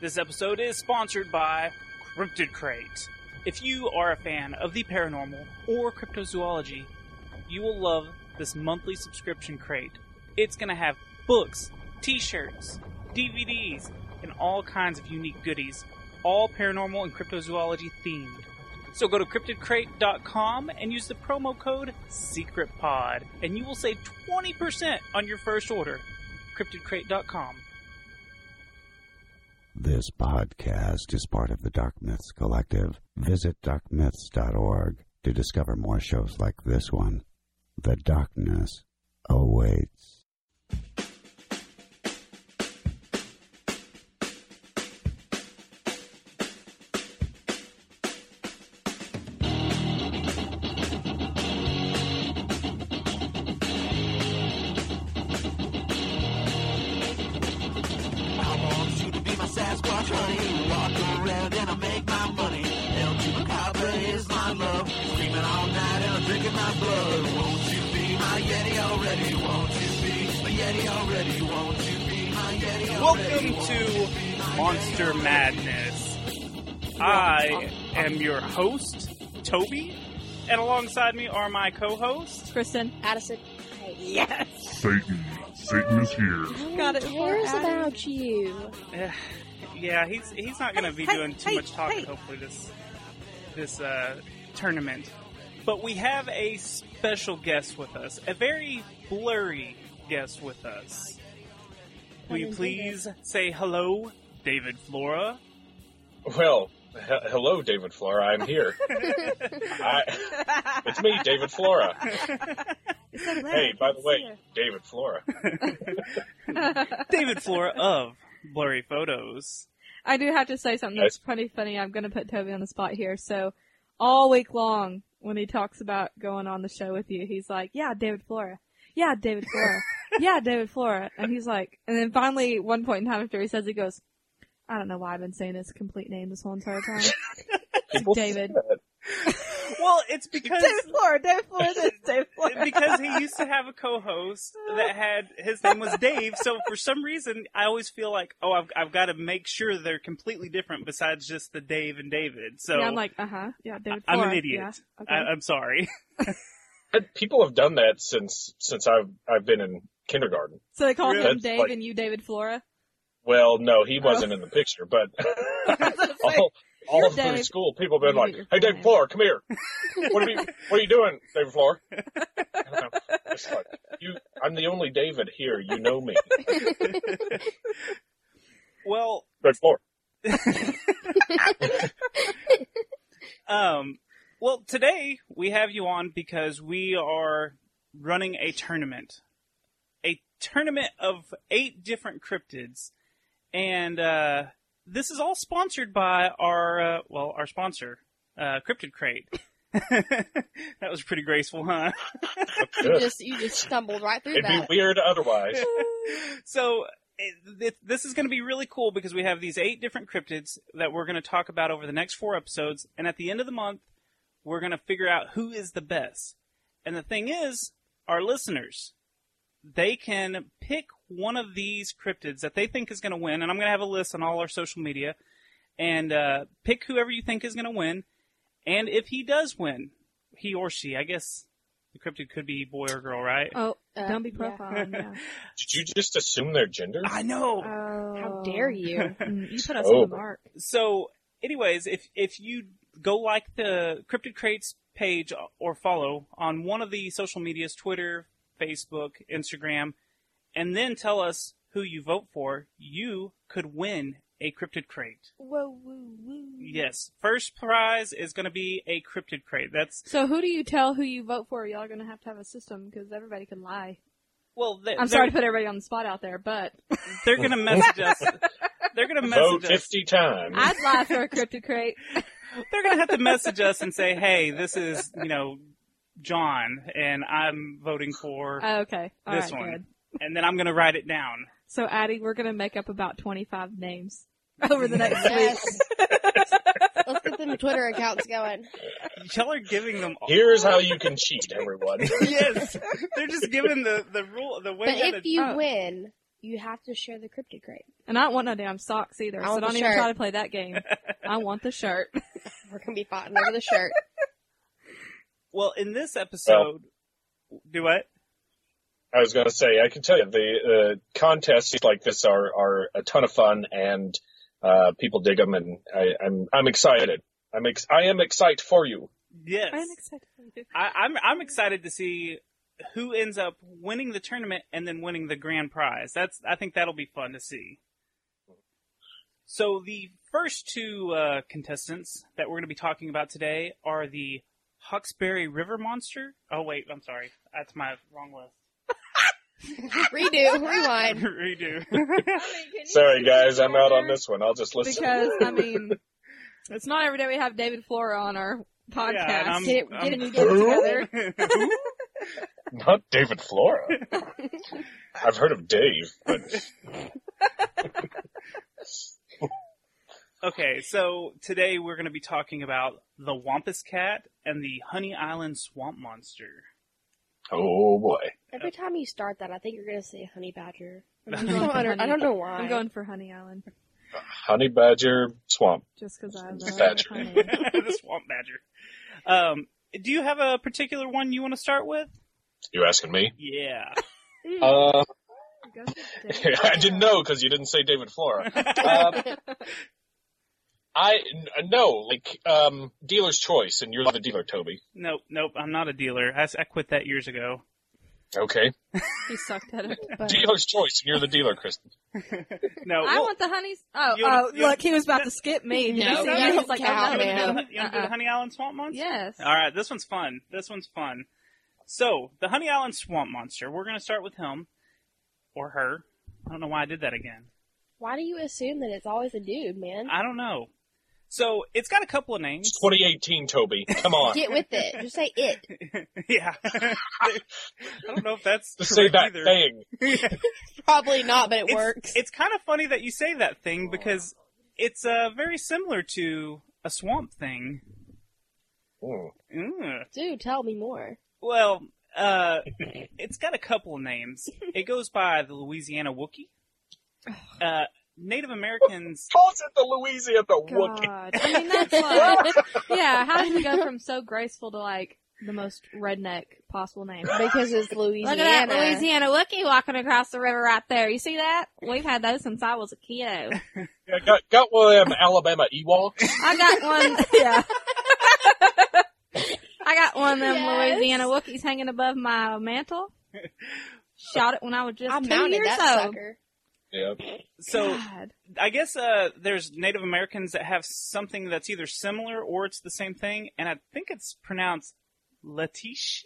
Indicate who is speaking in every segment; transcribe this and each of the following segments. Speaker 1: This episode is sponsored by Cryptid Crate. If you are a fan of the paranormal or cryptozoology, you will love this monthly subscription crate. It's going to have books, t shirts, DVDs, and all kinds of unique goodies, all paranormal and cryptozoology themed. So go to cryptidcrate.com and use the promo code SECRETPOD, and you will save 20% on your first order. CryptidCrate.com.
Speaker 2: This podcast is part of the Dark Myths Collective. Visit darkmyths.org to discover more shows like this one. The darkness awaits.
Speaker 3: I want you to be my Sasquatch, honey. Walk around and I make my money. El Chupacabra is my love. Screaming all night and I'm drinking my blood. Won't you be my Yeti already? Won't you be my Yeti already? Won't you be my Yeti already?
Speaker 1: Welcome to Monster Madness. I am your host, Toby, and alongside me are my co-hosts.
Speaker 4: Kristen.
Speaker 5: Addison.
Speaker 4: Yes.
Speaker 6: Satan. Satan is here.
Speaker 4: Got it.
Speaker 5: Who cares
Speaker 4: We're
Speaker 5: about you?
Speaker 1: Eh, Yeah, he's he's not going to be
Speaker 4: Hey,
Speaker 1: doing too
Speaker 4: hey,
Speaker 1: much talking.
Speaker 4: hey.
Speaker 1: Hopefully this this uh, tournament. But we have a special guest with us, a very blurry guest with us. Will you
Speaker 5: Haven't seen
Speaker 1: please say hello, David Flora?
Speaker 7: Well, he- hello, David Flora. I'm here. I, it's me, David Flora. Hey, by the way, David Flora.
Speaker 1: David Flora of Blurry Photos.
Speaker 4: I do have to say something
Speaker 7: Yes.
Speaker 4: that's pretty funny. I'm going to put Toby on the spot here. So, all week long, when he talks about going on the show with you, he's like, "Yeah, David Flora. Yeah, David Flora. yeah, David Flora." And he's like, and then finally, one point in time after he says, it, he goes, "I don't know why I've been saying his complete name this whole entire time."
Speaker 7: People say
Speaker 4: David.
Speaker 7: that.
Speaker 1: Well, it's because
Speaker 4: Flora. David Flora. This David
Speaker 1: because he used to have a co-host that had his name was Dave. So for some reason, I always feel like, oh, I've I've got to make sure they're completely different besides just the Dave and David. So
Speaker 4: And I'm like, uh huh. Yeah, David
Speaker 1: I'm
Speaker 4: Flora.
Speaker 1: an idiot.
Speaker 4: Yeah, okay.
Speaker 1: I, I'm sorry.
Speaker 7: And People have done that since since I've I've been in kindergarten.
Speaker 4: so they called him
Speaker 7: That's
Speaker 4: Dave
Speaker 7: like-
Speaker 4: and you David Flora.
Speaker 7: Well, no,
Speaker 4: Oh.
Speaker 7: he wasn't in the picture, but all, all
Speaker 4: You're
Speaker 7: through
Speaker 4: Dave.
Speaker 7: school, people have been
Speaker 4: You
Speaker 7: like,
Speaker 4: get your
Speaker 7: "Hey,
Speaker 4: name.
Speaker 7: David Flora, come here. What are you What are you doing, David Flora?" And I'm just like, you, I'm the only David here. You know me,
Speaker 1: Well,
Speaker 7: David Flora.
Speaker 1: um, well, today we have you on because we are running a tournament, a tournament of eight different cryptids, and uh, this is all sponsored by our uh, well, our sponsor, uh, Cryptid Crate. that was pretty graceful, huh?
Speaker 5: You just you just stumbled right through
Speaker 7: It'd be
Speaker 5: that.
Speaker 7: weird otherwise.
Speaker 1: so it, it, this is going to be really cool because we have these eight different cryptids that we're going to talk about over the next four episodes and at the end of the month we're going to figure out who is the best and the thing is our listeners they can pick one of these cryptids that they think is going to win and i'm going to have a list on all our social media and uh, pick whoever you think is going to win and if he does win he or she i guess the cryptid could be boy or girl right
Speaker 4: Oh,
Speaker 5: Uh,
Speaker 4: don't be
Speaker 5: yeah.
Speaker 4: profiling. Yeah.
Speaker 7: Did you just assume their gender?
Speaker 1: i know
Speaker 5: How dare you?
Speaker 4: Oh. Mm, you put us
Speaker 7: Oh.
Speaker 4: on the mark.
Speaker 1: so anyways if if you go like the cryptid crates page or follow on one of the social medias twitter facebook instagram and then tell us who you vote for you could win a cryptid crate
Speaker 5: Whoa, woo, woo.
Speaker 1: yes first prize is going to be a cryptid crate that's
Speaker 4: So who do you tell who you vote for? Y'all gonna have to have a system because everybody can lie.
Speaker 1: well they,
Speaker 4: I'm sorry to put everybody on the spot out there, but
Speaker 1: they're going to message us they're going to
Speaker 7: Vote
Speaker 1: message us
Speaker 7: 50 times.
Speaker 4: I'd lie for a cryptid crate.
Speaker 1: they're going to have to message us and say hey this is you know john and i'm voting for
Speaker 4: Oh, okay, all right,
Speaker 1: This one.
Speaker 4: good.
Speaker 1: and then i'm going to write it down
Speaker 4: So Addie, we're gonna make up about 25 names over the next week.
Speaker 5: Yes. Let's get them Twitter accounts going.
Speaker 1: Y'all are giving them all.
Speaker 7: Here's how you can cheat, everyone.
Speaker 1: yes, they're just giving the the rule the way
Speaker 5: But
Speaker 1: that
Speaker 5: if
Speaker 1: it-
Speaker 5: you
Speaker 4: Oh.
Speaker 5: win, you have to share the cryptid crate.
Speaker 4: And I don't want no damn socks either,
Speaker 5: I
Speaker 4: so
Speaker 5: want the
Speaker 4: don't even
Speaker 5: shirt.
Speaker 4: try to play that game. I want the shirt.
Speaker 5: We're gonna be fighting over the shirt.
Speaker 1: Well, in this episode, do what?
Speaker 7: I was going to say, I can tell you the uh, contests like this are, are a ton of fun, and uh, people dig them, and I, I'm I'm excited. I'm ex- I am excited for you.
Speaker 1: Yes.
Speaker 4: I'm excited. for you.
Speaker 1: I, I'm I'm excited to see who ends up winning the tournament and then winning the grand prize. That's I think that'll be fun to see. So the first two uh, contestants that we're going to be talking about today are the Hawkesbury River Monster. Oh wait, I'm sorry, that's my wrong list.
Speaker 5: Redo, rewind.
Speaker 1: Redo.
Speaker 7: Sorry, guys, I'm out on this one. I'll just listen.
Speaker 4: Because, I mean, it's not every day we have David Flora on our podcast.
Speaker 1: Yeah, and I'm-
Speaker 5: Get it,
Speaker 7: Um,
Speaker 5: get it,
Speaker 1: I'm-
Speaker 5: get it together.
Speaker 7: Not David Flora. I've heard of Dave, but
Speaker 1: okay, so today we're going to be talking about the Wampus Cat and the Honey Island Swamp Monster.
Speaker 7: oh boy.
Speaker 5: Every time you start that, I think you're gonna say honey badger.
Speaker 4: I'm
Speaker 5: I
Speaker 4: going
Speaker 5: don't,
Speaker 4: for
Speaker 5: under-
Speaker 4: honey.
Speaker 5: I don't know why.
Speaker 4: I'm going for Honey Island.
Speaker 7: Honey Badger Swamp.
Speaker 4: Just because I
Speaker 7: It's
Speaker 4: love
Speaker 7: badger.
Speaker 4: honey.
Speaker 1: the swamp badger. Um, do you have a particular one you want to start with?
Speaker 7: You asking me?
Speaker 1: Yeah. Hmm.
Speaker 7: Uh,
Speaker 4: Go for David
Speaker 7: I didn't know because you didn't say David Flora. Um, I n- uh, no like um, dealer's choice, and you're the dealer, Toby.
Speaker 1: nope, nope. I'm not a dealer. I, s- I quit that years ago.
Speaker 7: Okay,
Speaker 4: He sucked at it.
Speaker 5: But
Speaker 7: dealer's choice, and you're the dealer, Kristen.
Speaker 1: No.
Speaker 4: I
Speaker 1: well,
Speaker 4: want the honey. Oh,
Speaker 1: You wanna-
Speaker 4: oh,
Speaker 1: you wanna-
Speaker 4: look, he was about to skip me. Did you
Speaker 5: No,
Speaker 4: see
Speaker 5: no,
Speaker 4: that? He's like,
Speaker 5: cow,
Speaker 4: I'm
Speaker 1: you wanna do the-
Speaker 4: not
Speaker 5: man.
Speaker 4: doing
Speaker 1: you want to do the Honey Island Swamp Monster?
Speaker 4: Uh-uh. Yes.
Speaker 1: All right, this one's fun. This one's fun. So, the Honey Island Swamp Monster. We're going to start with him or her. I don't know why I did that again.
Speaker 5: why do you assume that it's always a dude, man?
Speaker 1: I don't know. So, it's got a couple of names.
Speaker 7: It's 2018, Toby. Come on,
Speaker 5: Get with it. Just say it.
Speaker 1: yeah. I don't know if that's
Speaker 7: just say
Speaker 1: correct
Speaker 7: that
Speaker 1: either.
Speaker 7: thing.
Speaker 5: Probably not, but it
Speaker 1: it's,
Speaker 5: works.
Speaker 1: It's kind of funny that you say that thing because it's uh, very similar to a swamp thing.
Speaker 7: Mm.
Speaker 1: Mm.
Speaker 5: Dude, tell me more.
Speaker 1: Well, uh, it's got a couple of names. It goes by the Louisiana Wookiee. Uh, Native Americans.
Speaker 7: Calls it the Louisiana Wookiee.
Speaker 4: God. I mean, that's like, yeah. How did we go from so graceful to like the most redneck possible name?
Speaker 5: Because it's
Speaker 4: Look
Speaker 5: Louisiana.
Speaker 4: at that Louisiana Wookiee walking across the river right there. You see that? We've had those since I was a kiddo.
Speaker 7: Yeah, got got one of them Alabama Ewoks.
Speaker 4: I got one. Yeah. I got one of them
Speaker 5: Yes.
Speaker 4: Louisiana Wookiees hanging above my mantle. Shot it when I was just
Speaker 5: I
Speaker 4: two
Speaker 5: mounted
Speaker 4: years
Speaker 5: that
Speaker 4: old.
Speaker 5: sucker.
Speaker 7: Yeah.
Speaker 1: So
Speaker 4: God.
Speaker 1: I guess uh, there's Native Americans that have something that's either similar or it's the same thing, and I think it's pronounced Letishi.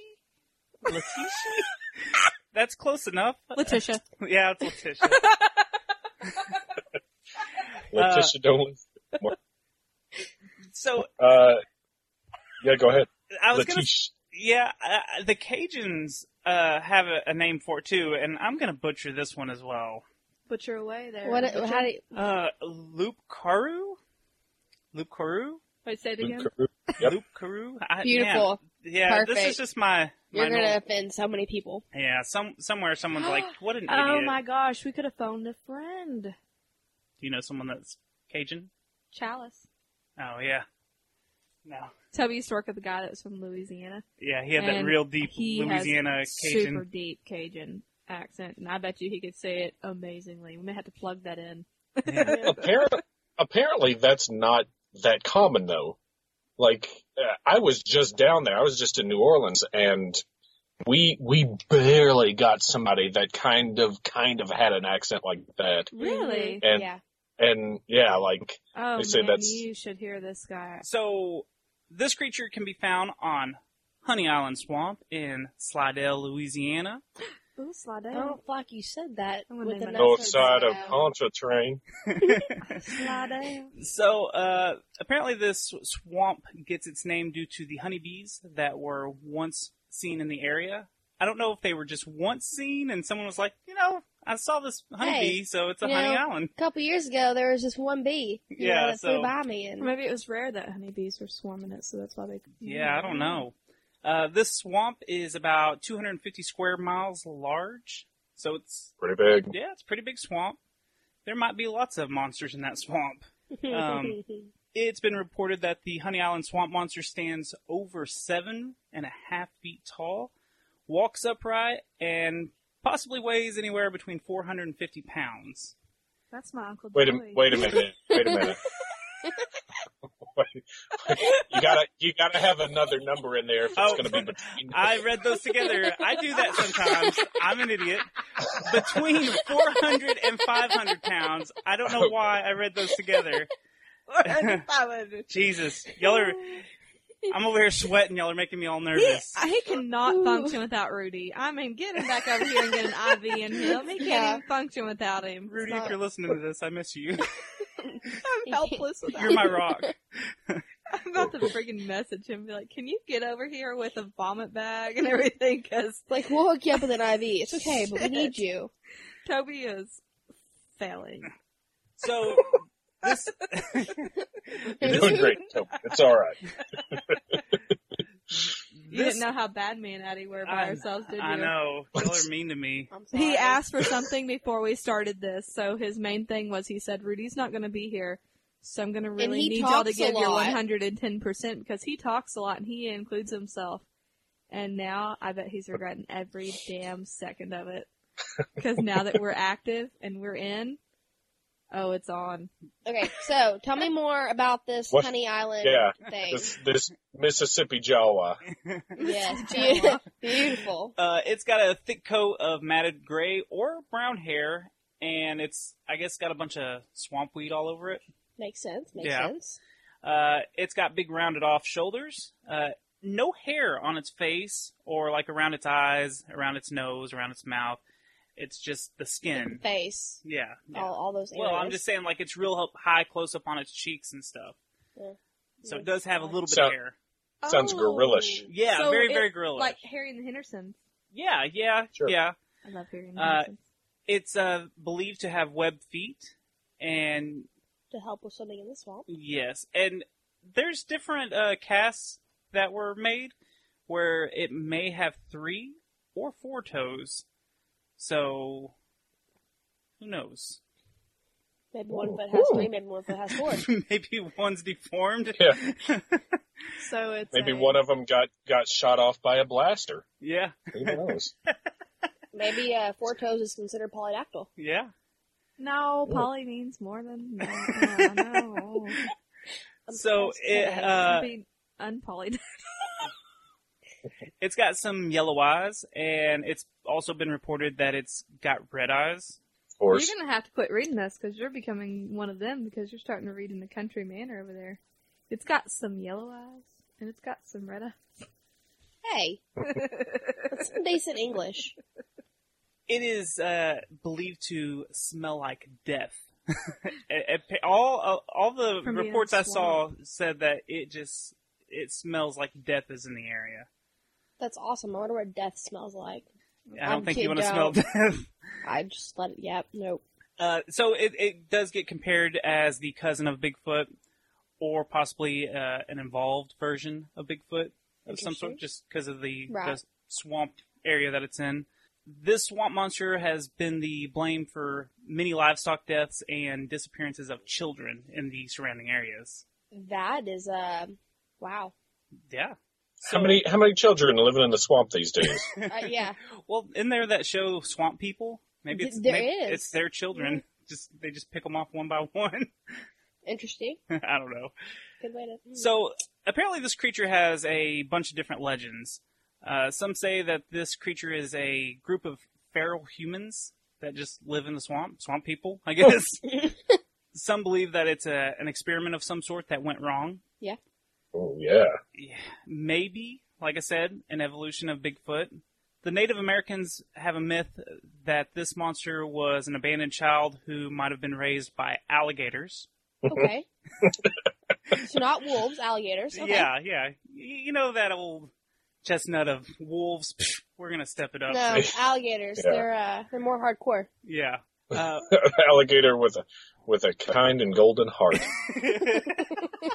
Speaker 1: Letishi. that's close enough.
Speaker 4: Letitia.
Speaker 1: Yeah, it's Letitia.
Speaker 7: Letitia Dolan.
Speaker 1: So
Speaker 7: Uh, yeah, go ahead.
Speaker 1: I was gonna,
Speaker 7: Letitia.
Speaker 1: yeah, uh, the Cajuns uh, have a, a name for it too, and I'm gonna butcher this one as well.
Speaker 4: Butcher away there.
Speaker 5: What? How do you,
Speaker 1: Uh, Loop Karu, Loop Karu,
Speaker 4: Wait, say it again.
Speaker 7: Yep.
Speaker 1: Loop Karu. I,
Speaker 5: beautiful.
Speaker 1: man, yeah, this is
Speaker 5: Perfect.
Speaker 1: just my. my
Speaker 5: You're gonna
Speaker 1: normal-
Speaker 5: offend so many people.
Speaker 1: Yeah, some somewhere someone's like, what an idiot.
Speaker 4: Oh my gosh, we could have phoned a friend.
Speaker 1: Do you know someone that's Cajun?
Speaker 4: Chalice.
Speaker 1: Oh yeah. No.
Speaker 4: Toby used to work with a guy that was from Louisiana.
Speaker 1: Yeah, he had that
Speaker 4: And
Speaker 1: real deep
Speaker 4: he has
Speaker 1: Louisiana Cajun.
Speaker 4: Super deep Cajun accent, and I bet you he could say it amazingly. We may have to plug that in.
Speaker 1: Yeah.
Speaker 7: apparently, apparently that's not that common though. Like uh, I was just down there. I was just in New Orleans and we we barely got somebody that kind of kind of had an accent like that.
Speaker 4: Really?
Speaker 7: And
Speaker 5: yeah.
Speaker 7: and yeah, like
Speaker 4: Oh,
Speaker 7: They say
Speaker 4: man,
Speaker 7: that's-
Speaker 4: you should hear this guy.
Speaker 1: So, this creature can be found on Honey Island Swamp in Slidell, Louisiana.
Speaker 4: Ooh, slide
Speaker 5: I
Speaker 4: down.
Speaker 5: don't like you said that.
Speaker 4: I'm gonna
Speaker 5: with
Speaker 4: name
Speaker 5: an
Speaker 4: my
Speaker 7: north
Speaker 5: accent.
Speaker 7: oh, side of Contratrain.
Speaker 4: Slide down.
Speaker 1: So, uh, apparently, this swamp gets its name due to the honeybees that were once seen in the area. I don't know if they were just once seen and someone was like, you know, I saw this honeybee,
Speaker 5: Hey,
Speaker 1: so it's a
Speaker 5: you
Speaker 1: Honey
Speaker 5: know,
Speaker 1: Island.
Speaker 5: A couple years ago, there was just one bee. you
Speaker 1: Yeah,
Speaker 5: know, that
Speaker 1: so-
Speaker 5: flew by me,
Speaker 4: Or
Speaker 5: and
Speaker 4: Maybe it was rare that honeybees were swarming it, so that's why they.
Speaker 1: Yeah, I don't know. Uh, this swamp is about 250 square miles large. So it's
Speaker 7: Pretty big.
Speaker 1: yeah, it's a pretty big swamp. There might be lots of monsters in that swamp. Um, It's been reported that the Honey Island swamp monster stands over seven and a half feet tall, walks upright, and possibly weighs anywhere between 450 pounds.
Speaker 4: That's my uncle.
Speaker 7: Wait a
Speaker 4: Joey.
Speaker 7: wait a minute. Wait a minute. you gotta you gotta have another number in there if it's
Speaker 1: Oh,
Speaker 7: gonna be between.
Speaker 1: I read those together. I do that sometimes. I'm an idiot. Between 400 and 500 pounds. I don't know why I read those together. Jesus, y'all are. I'm over here sweating. Y'all are making me all
Speaker 4: He,
Speaker 1: nervous.
Speaker 4: he cannot
Speaker 5: Ooh.
Speaker 4: function without Rudy. I mean, get him back over here and get an IV in him. He can't
Speaker 5: Yeah.
Speaker 4: even function without him.
Speaker 1: Rudy, if
Speaker 5: not-
Speaker 1: you're listening to this, I miss you.
Speaker 4: I'm helpless without
Speaker 1: You're my rock.
Speaker 4: I'm about to freaking message him and be like, can you get over here with a vomit bag and everything? Because
Speaker 5: Like we'll hook you up with an IV. It's okay, but we need you.
Speaker 4: Toby is failing.
Speaker 1: So this
Speaker 7: You're doing great. Toby. It's all right.
Speaker 4: You
Speaker 1: This-
Speaker 4: didn't know how bad me and Addie were by
Speaker 1: I-
Speaker 4: ourselves, did you?
Speaker 1: I know. Y'all are mean to me.
Speaker 5: I'm sorry.
Speaker 4: He asked for something before we started this, so his main thing was he said, Rudy's not going to be here, so I'm going to really
Speaker 5: he
Speaker 4: need y'all to
Speaker 5: talks a
Speaker 4: give your
Speaker 5: lot.
Speaker 4: 110% because he talks a lot and he includes himself. And now I bet he's regretting every damn second of it. Because now that we're active and we're in, oh, it's on.
Speaker 5: Okay, so tell me more about this
Speaker 7: What-
Speaker 5: Honey Island
Speaker 7: Yeah,
Speaker 5: thing.
Speaker 7: This this Mississippi Jawa.
Speaker 5: Yes, be- beautiful.
Speaker 1: Uh, it's got a thick coat of matted gray or brown hair, and it's I guess got a bunch of swamp weed all over it.
Speaker 5: Makes sense. Makes
Speaker 1: Yeah.
Speaker 5: sense.
Speaker 1: Uh, it's got big rounded off shoulders. Uh, no hair on its face or like around its eyes, around its nose, around its mouth. It's just the skin.
Speaker 5: Face.
Speaker 1: Yeah. yeah.
Speaker 5: All, all those areas.
Speaker 1: Well, I'm just saying like it's real up- high close up on its cheeks and stuff.
Speaker 5: Yeah.
Speaker 1: So it does have a little bit
Speaker 7: So-
Speaker 1: of hair.
Speaker 7: Sounds gorilla-ish.
Speaker 1: Yeah,
Speaker 4: So
Speaker 1: very
Speaker 4: it-
Speaker 1: very gorilla.
Speaker 4: Oh, Like Harry and the Hendersons.
Speaker 1: yeah, yeah,
Speaker 7: Sure.
Speaker 1: yeah.
Speaker 4: I love Harry and the
Speaker 1: Uh,
Speaker 4: Hendersons.
Speaker 1: It's uh, believed to have webbed feet, and
Speaker 5: to help with something in the swamp.
Speaker 1: yes, and there's different uh, casts that were made where it may have three or four toes. So who knows?
Speaker 5: Maybe one foot has three. Maybe one foot has four.
Speaker 1: Maybe one's deformed.
Speaker 7: Yeah.
Speaker 4: so it's
Speaker 7: Maybe
Speaker 4: a-
Speaker 7: one of them got got shot off by a blaster.
Speaker 1: yeah,
Speaker 7: Who knows?
Speaker 5: Maybe uh, four toes is considered polydactyl.
Speaker 1: yeah.
Speaker 4: No, Polly means more than no. no, no.
Speaker 1: So it uh,
Speaker 4: It'd be unpoly.
Speaker 1: It's got some yellow eyes, and it's also been reported that it's got red eyes.
Speaker 7: Of course.
Speaker 4: You're gonna have to quit reading this because you're becoming one of them because you're starting to read in the country manner over there. It's got some yellow eyes and it's got some red eyes.
Speaker 5: Hey, that's some decent English.
Speaker 1: It is uh, believed to smell like death. It- it- all uh, all the
Speaker 4: From being
Speaker 1: reports I saw said that it just it smells like death is in the area.
Speaker 5: That's awesome. I wonder what death smells like.
Speaker 1: I don't
Speaker 5: I'm
Speaker 1: think you want to
Speaker 5: kidding,
Speaker 1: smell
Speaker 5: don't.
Speaker 1: death.
Speaker 5: I just let it. Yep. Nope.
Speaker 1: Uh, so it, it does get compared as the cousin of Bigfoot, or possibly uh, an involved version of Bigfoot of some sort,
Speaker 5: Interesting.
Speaker 1: just because of the,
Speaker 5: Right.
Speaker 1: the swamp area that it's in. This swamp monster has been the blame for many livestock deaths and disappearances of children in the surrounding areas.
Speaker 5: That is uh, wow.
Speaker 1: Yeah.
Speaker 7: how many how many children are living in the swamp these days?
Speaker 5: Uh, yeah.
Speaker 1: Well, in there that show Swamp People, maybe it's
Speaker 5: There
Speaker 1: maybe
Speaker 5: is.
Speaker 1: it's their children. Just they just pick them off one by one.
Speaker 5: Interesting.
Speaker 1: I don't know.
Speaker 5: Good way to. hmm.
Speaker 1: So apparently, this creature has a bunch of different legends. Uh, some say that this creature is a group of feral humans that just live in the swamp, swamp people, I guess. some believe that it's a, an experiment of some sort that went wrong.
Speaker 7: oh yeah.
Speaker 1: Yeah, maybe, like I said, an evolution of Bigfoot. The Native Americans have a myth that this monster was an abandoned child who might have been raised by alligators.
Speaker 5: Okay. so not wolves, alligators. Okay.
Speaker 1: Yeah, yeah. Y- You know that old chestnut of wolves. psh, We're gonna step it up.
Speaker 5: No, alligators.
Speaker 7: Yeah.
Speaker 5: They're uh, they're more hardcore.
Speaker 1: Yeah. Uh,
Speaker 7: Alligator with a with a kind and golden heart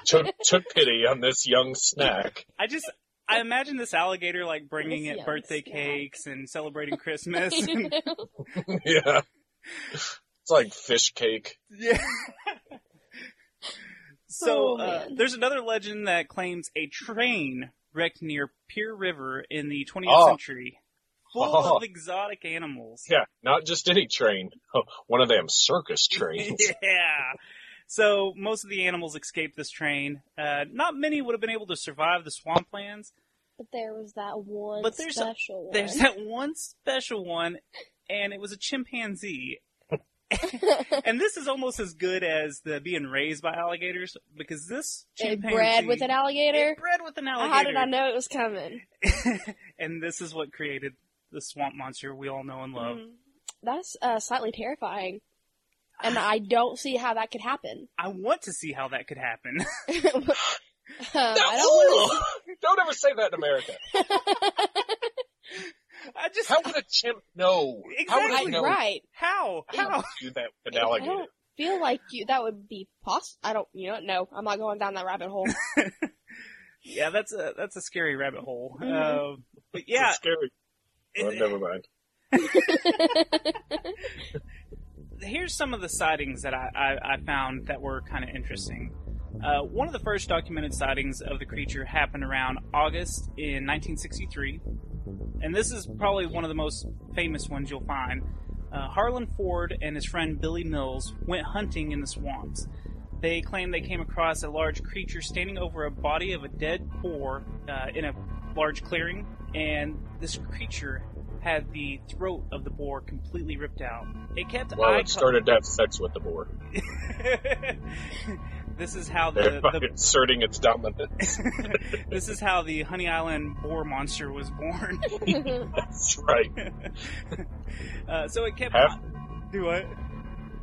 Speaker 7: took took pity on this young snack.
Speaker 1: I just I imagine this alligator like bringing
Speaker 8: Yes,
Speaker 1: it
Speaker 8: yes,
Speaker 1: birthday
Speaker 8: yeah.
Speaker 1: cakes and celebrating Christmas.
Speaker 8: You
Speaker 1: and-
Speaker 8: know?
Speaker 7: yeah. It's like fish cake.
Speaker 1: yeah. so
Speaker 8: Oh,
Speaker 1: uh,
Speaker 8: man.
Speaker 1: there's another legend that claims a train wrecked near Pier River in the 20th
Speaker 7: Oh.
Speaker 1: century, full
Speaker 7: Oh.
Speaker 1: of exotic animals.
Speaker 7: Yeah, not just any train. Oh, One of them circus trains.
Speaker 1: yeah. So most of the animals escaped this train. Uh, not many would have been able to survive the swamplands.
Speaker 5: But there was that one
Speaker 1: But there's a-
Speaker 5: special one.
Speaker 1: There's that one special one, and it was a chimpanzee. and this is almost as good as the being raised by alligators because this
Speaker 5: It
Speaker 1: chimpanzee
Speaker 5: bred with an alligator.
Speaker 1: It bred with an alligator.
Speaker 5: How did I know it was coming?
Speaker 1: and this is what created the swamp monster we all know and love.
Speaker 5: Mhm. That's uh, slightly terrifying, and I don't see how that could happen.
Speaker 1: I want to see how that could happen.
Speaker 5: um, I don't want
Speaker 7: Don't, don't ever say that in America.
Speaker 1: I just
Speaker 7: How would a chimp know? How would
Speaker 1: Exactly.
Speaker 7: it
Speaker 5: to.
Speaker 7: know
Speaker 5: Right?
Speaker 1: how
Speaker 7: how
Speaker 1: how
Speaker 7: to do that with an
Speaker 5: I
Speaker 7: alligator?
Speaker 5: don't feel like you. That would be possible. I don't. You know. No, I'm not going down that rabbit hole.
Speaker 1: yeah that's a that's a scary rabbit hole.
Speaker 5: Mhm.
Speaker 1: Uh, but yeah,
Speaker 7: It's scary. Oh,
Speaker 1: it-
Speaker 7: never mind.
Speaker 1: here's some of the sightings that I, I, I found that were kind of interesting. Uh, one of the first documented sightings of the creature happened around August in 1963, and this is probably one of the most famous ones you'll find. Uh, Harlan Ford and his friend Billy Mills went hunting in the swamps. They claimed they came across a large creature standing over a body of a dead boar uh, in a large clearing, and this creature had the throat of the boar completely ripped out. It kept
Speaker 7: Well,
Speaker 1: eye
Speaker 7: it started to have sex with the boar.
Speaker 1: this is how the,
Speaker 7: Thereby
Speaker 1: the
Speaker 7: inserting its dominant.
Speaker 1: this is how the Honey Island boar monster was born.
Speaker 7: That's right.
Speaker 1: Uh, so it kept
Speaker 7: Half
Speaker 1: do what?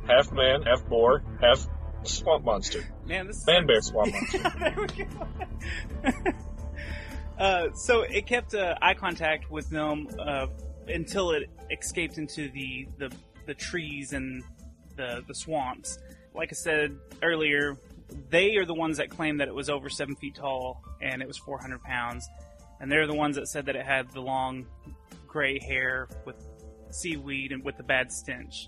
Speaker 7: half man, half boar, half swamp monster.
Speaker 1: Man, this is
Speaker 7: Man bear swamp monster.
Speaker 1: there we go. uh, so it kept uh, eye contact with them uh, until it escaped into the, the, the trees and the, the swamps. Like I said earlier, they are the ones that claimed that it was over seven feet tall and it was 400 pounds. And they're the ones that said that it had the long gray hair with seaweed and with the bad stench.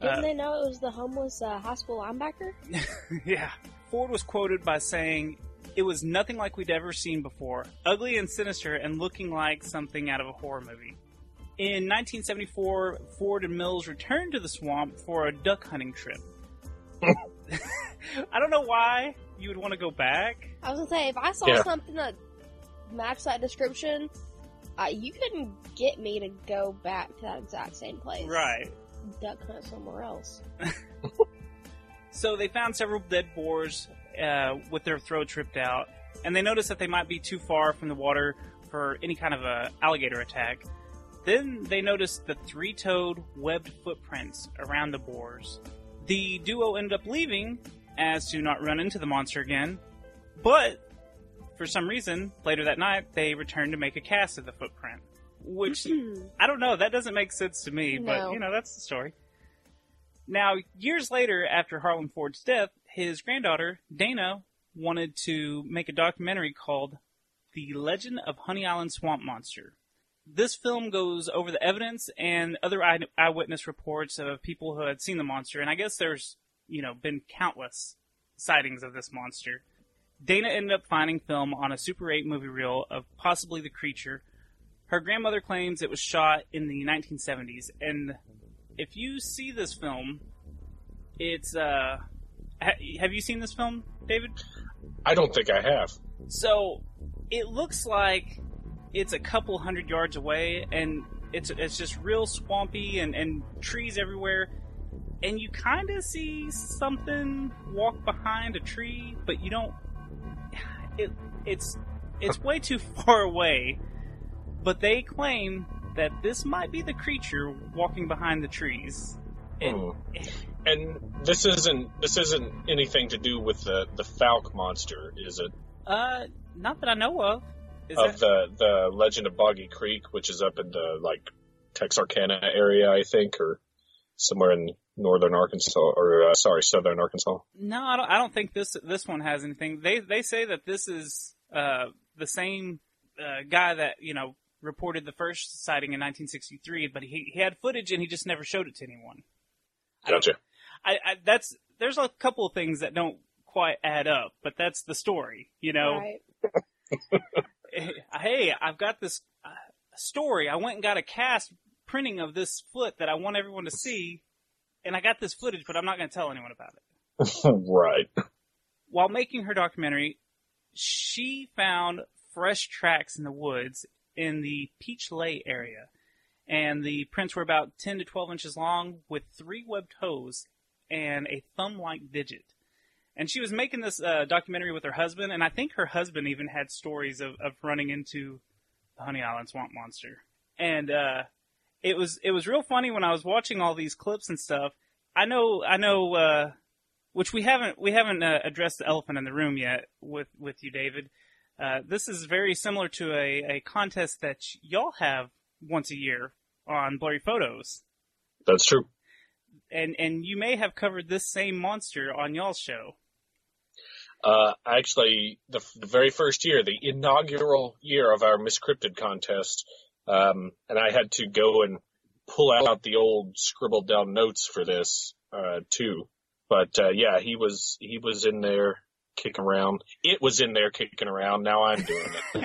Speaker 5: Didn't
Speaker 1: Uh,
Speaker 5: they know it was the homeless uh, high school linebacker?
Speaker 1: Yeah. Ford was quoted by saying, It was nothing like we'd ever seen before, ugly and sinister and looking like something out of a horror movie. In 1974, Ford and Mills returned to the swamp for a duck hunting trip. I don't know why you would want to go back.
Speaker 5: I was gonna say if I saw
Speaker 7: Yeah.
Speaker 5: something that matched that description, uh, you couldn't get me to go back to that exact same place.
Speaker 1: Right.
Speaker 5: Duck hunt somewhere else.
Speaker 1: So they found several dead boars uh, with their throats ripped out, and they noticed that they might be too far from the water for any kind of a alligator attack. Then they noticed the three-toed webbed footprints around the boars. The duo ended up leaving as to not run into the monster again, but for some reason, later that night, they returned to make a cast of the footprint. Which I don't know. That doesn't make sense to me, but
Speaker 5: No.
Speaker 1: you know, that's the story. Now, years later, after Harlan Ford's death, his granddaughter, Dana, wanted to make a documentary called The Legend of Honey Island Swamp Monster. This film goes over the evidence and other eye- eyewitness reports of people who had seen the monster, and I guess there's, you know, been countless sightings of this monster. Dana ended up finding film on a Super 8 movie reel of possibly the creature, her grandmother claims it was shot in the 1970s, and if you see this film, it's uh, ha- have you seen this film, David?
Speaker 7: I don't think I have.
Speaker 1: So it looks like it's a couple hundred yards away, and it's it's just real swampy and and trees everywhere, and you kind of see something walk behind a tree, but you don't. It it's it's way too far away, but they claim that this might be the creature walking behind the trees. And,
Speaker 7: Hmm. And this isn't this isn't anything to do with the the Falk monster, is it?
Speaker 1: uh, not that I know of. Is
Speaker 7: of
Speaker 1: that-
Speaker 7: the the Legend of Boggy Creek, which is up in the like Texarkana area, I think, or somewhere in northern Arkansas, or uh, sorry, southern Arkansas.
Speaker 1: No, I don't, I don't think this this one has anything. They they say that this is uh, the same uh, guy that you know reported the first sighting in 1963, but he he had footage and he just never showed it to anyone. I don't-
Speaker 7: Gotcha.
Speaker 1: I, I that's there's a couple of things that don't quite add up, but that's the story, you know.
Speaker 5: Right.
Speaker 1: Hey, I've got this uh, story. I went and got a cast printing of this foot that I want everyone to see, and I got this footage, but I'm not going to tell anyone about it.
Speaker 7: right.
Speaker 1: while making her documentary, she found fresh tracks in the woods in the Peach Lay area, and the prints were about 10 to 12 inches long with three webbed toes and a thumb-like digit. And she was making this uh, documentary with her husband, and I think her husband even had stories of, of running into the Honey Island Swamp Monster. And uh, it was it was real funny when I was watching all these clips and stuff. I know I know uh, which we haven't we haven't uh, addressed the elephant in the room yet with with you, David. Uh, this is very similar to a, a contest that y'all have once a year on blurry photos,
Speaker 7: That's true.
Speaker 1: and and you may have covered this same monster on y'all's show.
Speaker 7: Uh, actually, the, f- the very first year, the inaugural year of our Miscrypted contest, um, and I had to go and pull out the old scribbled down notes for this uh, too. But uh, yeah, he was he was in there kicking around. It was in there kicking around. Now I'm doing it.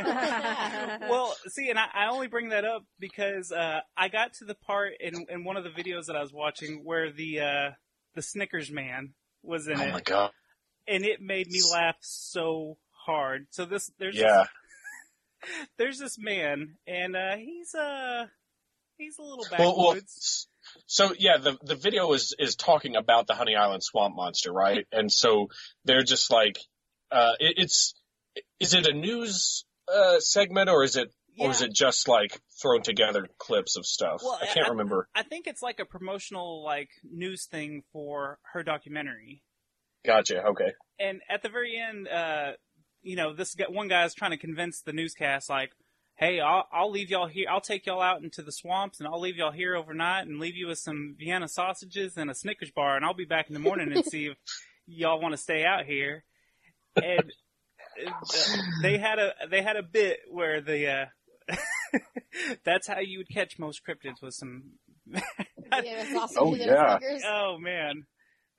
Speaker 1: well, see, and I, I only bring that up because uh, I got to the part in in one of the videos that I was watching where the uh, the Snickers man was in
Speaker 7: oh
Speaker 1: it,
Speaker 7: my god!
Speaker 1: and it made me laugh so hard. So this there's this
Speaker 7: Yeah,
Speaker 1: there's this man, and uh, he's uh he's a little
Speaker 7: Well, well,
Speaker 1: backwards.
Speaker 7: s- so yeah, the the video is is talking about the Honey Island Swamp Monster, right? And so they're just like, uh, it, it's is it a news uh, segment or is it or is
Speaker 1: yeah,
Speaker 7: it just like thrown together clips of stuff?
Speaker 1: Well,
Speaker 7: I can't
Speaker 1: I-
Speaker 7: remember.
Speaker 1: I think it's like a promotional like news thing for her documentary.
Speaker 7: Gotcha. Okay.
Speaker 1: And at the very end, uh, you know, this guy, one guy's trying to convince the newscast like, "Hey, I'll I'll leave y'all here. I'll take y'all out into the swamps, and I'll leave y'all here overnight, and leave you with some Vienna sausages and a Snickers bar, and I'll be back in the morning and see if y'all want to stay out here." And uh, they had a they had a bit where the uh, that's how you would catch most cryptids was some
Speaker 5: Yeah, it's awesome.
Speaker 7: Oh,
Speaker 5: Those
Speaker 7: yeah.
Speaker 5: stickers.
Speaker 1: oh man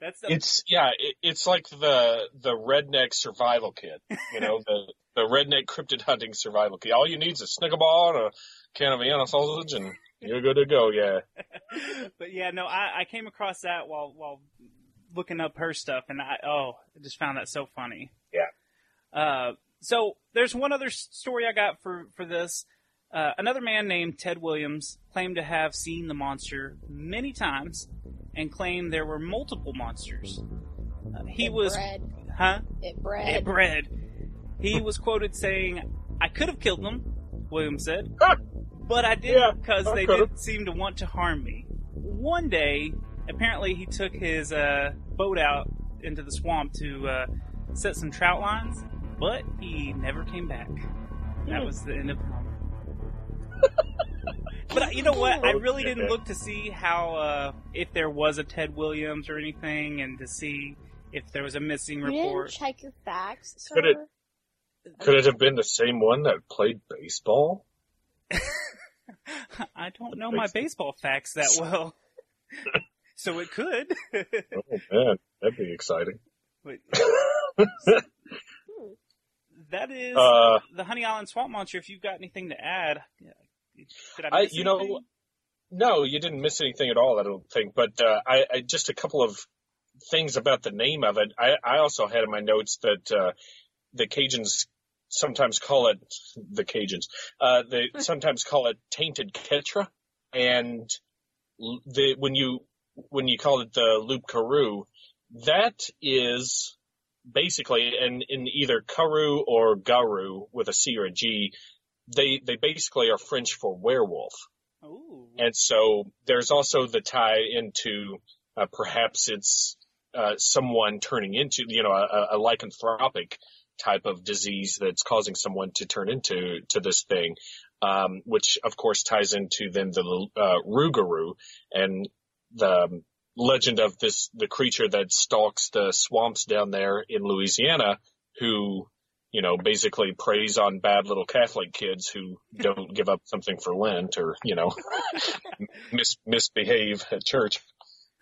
Speaker 1: that's the,
Speaker 7: It's yeah. It, it's like the the redneck survival kit. You know the the redneck cryptid hunting survival kit. All you need is a Snicker bar and a can of Vienna sausage, and you're good to go. Yeah.
Speaker 1: but yeah, no, I, I came across that while while looking up her stuff, and I oh, I just found that so funny.
Speaker 7: Yeah.
Speaker 1: Uh, so there's one other s- story I got for for this. Uh, another man named Ted Williams claimed to have seen the monster many times, and claimed there were multiple monsters. Uh, he
Speaker 5: It
Speaker 1: was,
Speaker 5: bred.
Speaker 1: huh?
Speaker 5: It bred.
Speaker 1: It bred. He was quoted saying, "I could have killed them," Williams said,
Speaker 7: Ah!
Speaker 1: "but I
Speaker 7: Yeah,
Speaker 1: didn't because
Speaker 7: I
Speaker 1: they
Speaker 7: could've."
Speaker 1: didn't seem to want to harm me." One day, apparently, he took his uh, boat out into the swamp to uh, set some trout lines, but he never came back.
Speaker 7: Hmm.
Speaker 1: That was the end of Homer. but uh, you know what? I really didn't look to see how uh, if there was a Ted Williams or anything, and to see if there was a missing
Speaker 5: You didn't
Speaker 1: report.
Speaker 5: check your facts, sir.
Speaker 7: Could it- Could it have been the same one that played baseball?
Speaker 1: I don't know my baseball facts that well. so it could.
Speaker 7: Oh man, that'd be exciting.
Speaker 1: but
Speaker 5: Hmm,
Speaker 1: that is
Speaker 7: uh,
Speaker 1: the Honey Island Swamp Monster. If you've got anything to add, did I
Speaker 7: I,
Speaker 1: miss
Speaker 7: you know,
Speaker 1: anything?
Speaker 7: no, you didn't miss anything at all. I don't think. But uh, I, I just a couple of things about the name of it. I, I also had in my notes that uh, the Cajuns sometimes call it the Cajuns. Uh, they sometimes call it tainted Ketra, and l- the when you when you call it the loop Karoo, that is basically and in either Karoo or Garu with a C or a G. They they basically are French for werewolf.
Speaker 1: Ooh.
Speaker 7: And so there's also the tie into uh, perhaps it's uh, someone turning into, you know, a, a lycanthropic type of disease that's causing someone to turn into to this thing, um, which of course ties into then the uh, Rougarou and the um, legend of this the creature that stalks the swamps down there in Louisiana, who you know, basically preys on bad little Catholic kids who don't give up something for Lent or, you know, mis- misbehave at church.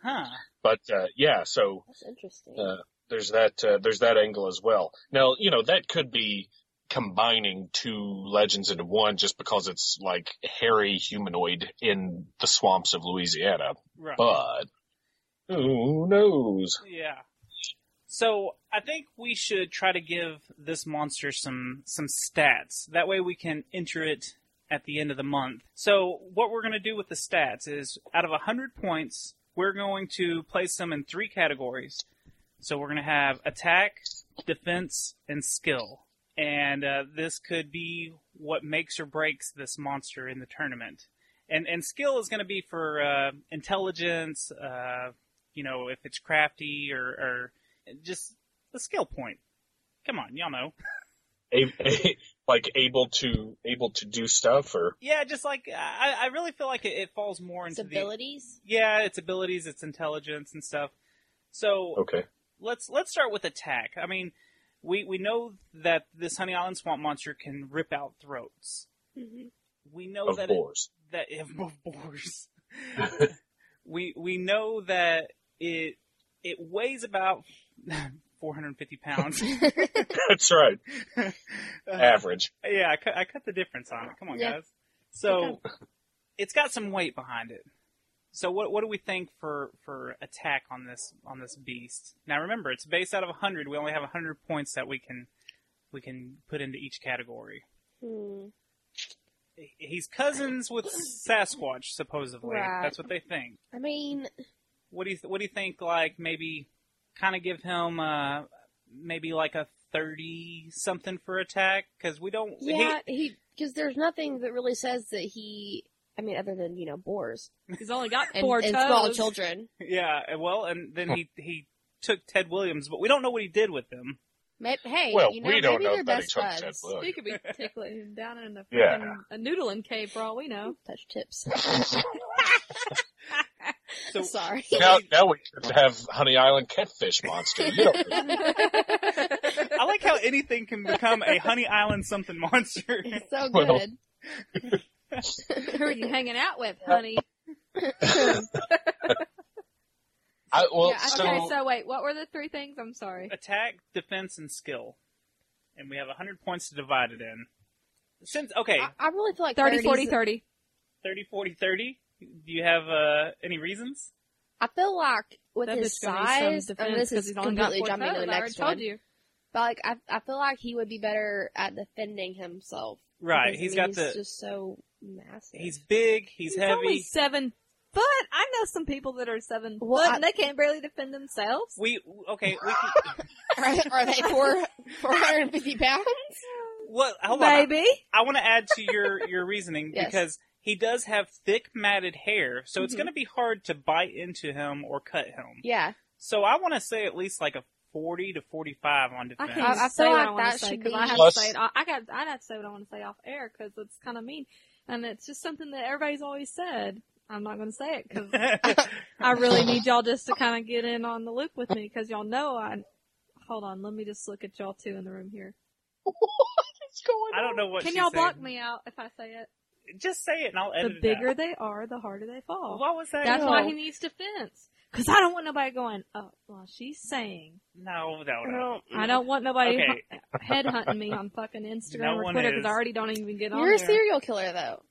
Speaker 1: Huh.
Speaker 7: But, uh, yeah, so
Speaker 5: That's interesting.
Speaker 7: Uh, there's that, uh, there's that angle as well. Now, you know, that could be combining two legends into one just because it's like hairy humanoid in the swamps of Louisiana,
Speaker 1: Right.
Speaker 7: but who knows?
Speaker 1: Yeah. So I think we should try to give this monster some some stats. That way we can enter it at the end of the month. So what we're going to do with the stats is out of 100 points, we're going to place them in three categories. So we're going to have attack, defense, and skill. And uh, this could be what makes or breaks this monster in the tournament. And and skill is going to be for uh, intelligence, uh, you know, if it's crafty or, or just the skill point. Come on, y'all know.
Speaker 7: a, a- like able to able to do stuff or
Speaker 1: Yeah, just like I, I really feel like it, it falls more
Speaker 5: It's
Speaker 1: into the
Speaker 5: abilities.
Speaker 1: yeah, its abilities, its intelligence and stuff. So
Speaker 7: okay
Speaker 1: let's let's start with attack. I mean, we we know that this Honey Island Swamp Monster can rip out throats.
Speaker 5: Mhm.
Speaker 1: We know
Speaker 7: of
Speaker 1: Oh, that it,
Speaker 7: course
Speaker 1: that it, of course. we we know that it it weighs about 450 pounds.
Speaker 7: that's right
Speaker 1: Uh,
Speaker 7: average
Speaker 1: yeah, I cut, I cut the difference on it. Come on,
Speaker 5: Yeah.
Speaker 1: guys. So it's got some weight behind it. So what what do we think for for attack on this on this beast? Now remember, it's based out of 100. We only have 100 points that we can we can put into each category.
Speaker 5: Hmm.
Speaker 1: He- He's cousins with Sasquatch, supposedly.
Speaker 5: Right.
Speaker 1: That's what they think.
Speaker 5: I mean,
Speaker 1: What do you th- what do you think? Like maybe kind of give him uh, maybe like a 30 something for attack because we don't. he-
Speaker 5: yeah, he because there's nothing that really says that he. I mean, other than you know boars
Speaker 4: He's only got
Speaker 5: and,
Speaker 4: four
Speaker 5: and
Speaker 4: toes.
Speaker 5: small children.
Speaker 1: Yeah, and- well, and then he he took Ted Williams, but we don't know what he did with them.
Speaker 5: May- hey,
Speaker 7: well
Speaker 5: you know,
Speaker 7: we don't
Speaker 5: maybe
Speaker 7: know
Speaker 5: they're
Speaker 7: if that
Speaker 5: best
Speaker 7: he took Ted
Speaker 5: buds.
Speaker 4: He
Speaker 7: Williams.
Speaker 4: could be tickling him down in a,
Speaker 7: Yeah.
Speaker 4: frickin- a noodling cave for all we know.
Speaker 5: Touch tips.
Speaker 1: So
Speaker 5: Sorry.
Speaker 7: now, now we could have honey island catfish monster you know,
Speaker 1: I like how anything can become a Honey Island something monster.
Speaker 5: It's so good.
Speaker 7: Well-
Speaker 4: Who are you hanging out with, honey?
Speaker 7: I, well
Speaker 5: Yeah, I-
Speaker 7: so,
Speaker 4: okay, so wait, what were the three things? I'm sorry.
Speaker 1: Attack, defense, and skill, and we have hundred points to divide it in. Since okay,
Speaker 5: I, I really feel like
Speaker 4: 30,
Speaker 5: 30s
Speaker 4: 40, 30.
Speaker 1: 30, 40, 30, Do you have uh, any reasons?
Speaker 5: I feel like with
Speaker 4: That
Speaker 5: his
Speaker 4: bitch gonna need some
Speaker 5: size, and
Speaker 4: defense
Speaker 5: this
Speaker 4: 'cause
Speaker 5: is
Speaker 4: he's only got
Speaker 5: completely
Speaker 4: four
Speaker 5: jumping to
Speaker 4: toes,
Speaker 5: the
Speaker 4: I already
Speaker 5: next
Speaker 4: told
Speaker 5: one.
Speaker 4: you.
Speaker 5: But like, I, I feel like he would be better at defending himself.
Speaker 1: Right,
Speaker 5: Because,
Speaker 1: he's
Speaker 5: I
Speaker 1: got
Speaker 5: mean,
Speaker 1: the
Speaker 5: He's just so massive.
Speaker 1: he's big, he's, heavy.
Speaker 4: only seven foot. I know some people that are seven
Speaker 5: Well,
Speaker 4: foot
Speaker 5: I-
Speaker 4: and they can't barely defend themselves.
Speaker 1: We okay. We can,
Speaker 5: are, are they four four hundred and fifty pounds?
Speaker 1: what? Hold on.
Speaker 4: Maybe.
Speaker 1: I want to add to your your reasoning
Speaker 5: Yes.
Speaker 1: because he does have thick matted hair, so it's
Speaker 4: Mm-hmm.
Speaker 5: Mhm.
Speaker 1: going to be hard to bite into him or cut him.
Speaker 5: Yeah,
Speaker 1: So I want to say at least like a forty to forty five on
Speaker 4: I
Speaker 1: defense.
Speaker 4: can't
Speaker 5: I- I feel
Speaker 4: say what
Speaker 5: like
Speaker 4: I want to
Speaker 5: that
Speaker 4: say
Speaker 5: should
Speaker 4: because
Speaker 5: be-
Speaker 4: I have
Speaker 7: Plus-
Speaker 4: to say it. I, I got. I'd have to say what I want to say off air because it's kind of mean, and it's just something that everybody's always said. I'm not going to say it because I really need y'all just to kind of get in on the loop with me because y'all know I. Hold on, let me just look at y'all two in the room here.
Speaker 5: what's going
Speaker 1: I don't know what.
Speaker 4: Can
Speaker 1: she
Speaker 4: y'all
Speaker 1: said.
Speaker 4: block me out if I say it?
Speaker 1: Just say it, and I'll edit
Speaker 4: the
Speaker 1: it
Speaker 4: bigger
Speaker 1: out.
Speaker 4: they are, the harder they fall.
Speaker 1: What was that?
Speaker 4: That's
Speaker 5: No.
Speaker 4: why he needs defense. Cause I don't want nobody going. Oh, well, she's saying.
Speaker 1: No, no,
Speaker 5: I
Speaker 1: no.
Speaker 5: don't.
Speaker 4: I don't want nobody
Speaker 1: Mm. Okay.
Speaker 4: hu- headhunting me on fucking Instagram
Speaker 1: No
Speaker 4: or
Speaker 1: one
Speaker 4: Twitter because
Speaker 1: is.
Speaker 4: I already don't even get on
Speaker 5: You're a
Speaker 4: there.
Speaker 5: serial killer though.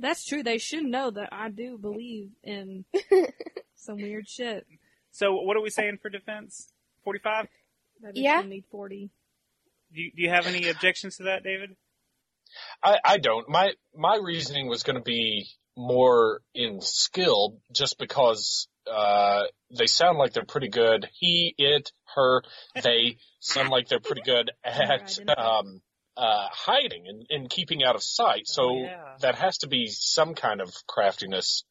Speaker 4: That's true. They should know that I do believe in some weird shit.
Speaker 1: So what are we saying for defense? Forty five.
Speaker 4: That is
Speaker 5: Yeah.
Speaker 4: gonna need forty.
Speaker 1: Do you, do you have any objections to that, David?
Speaker 7: I, I don't my my reasoning was going to be more in skill just because uh they sound like they're pretty good he it her they sound like they're pretty good at
Speaker 4: identify.
Speaker 7: um uh hiding and, and keeping out of sight so
Speaker 1: Oh, yeah.
Speaker 7: that has to be some kind of craftiness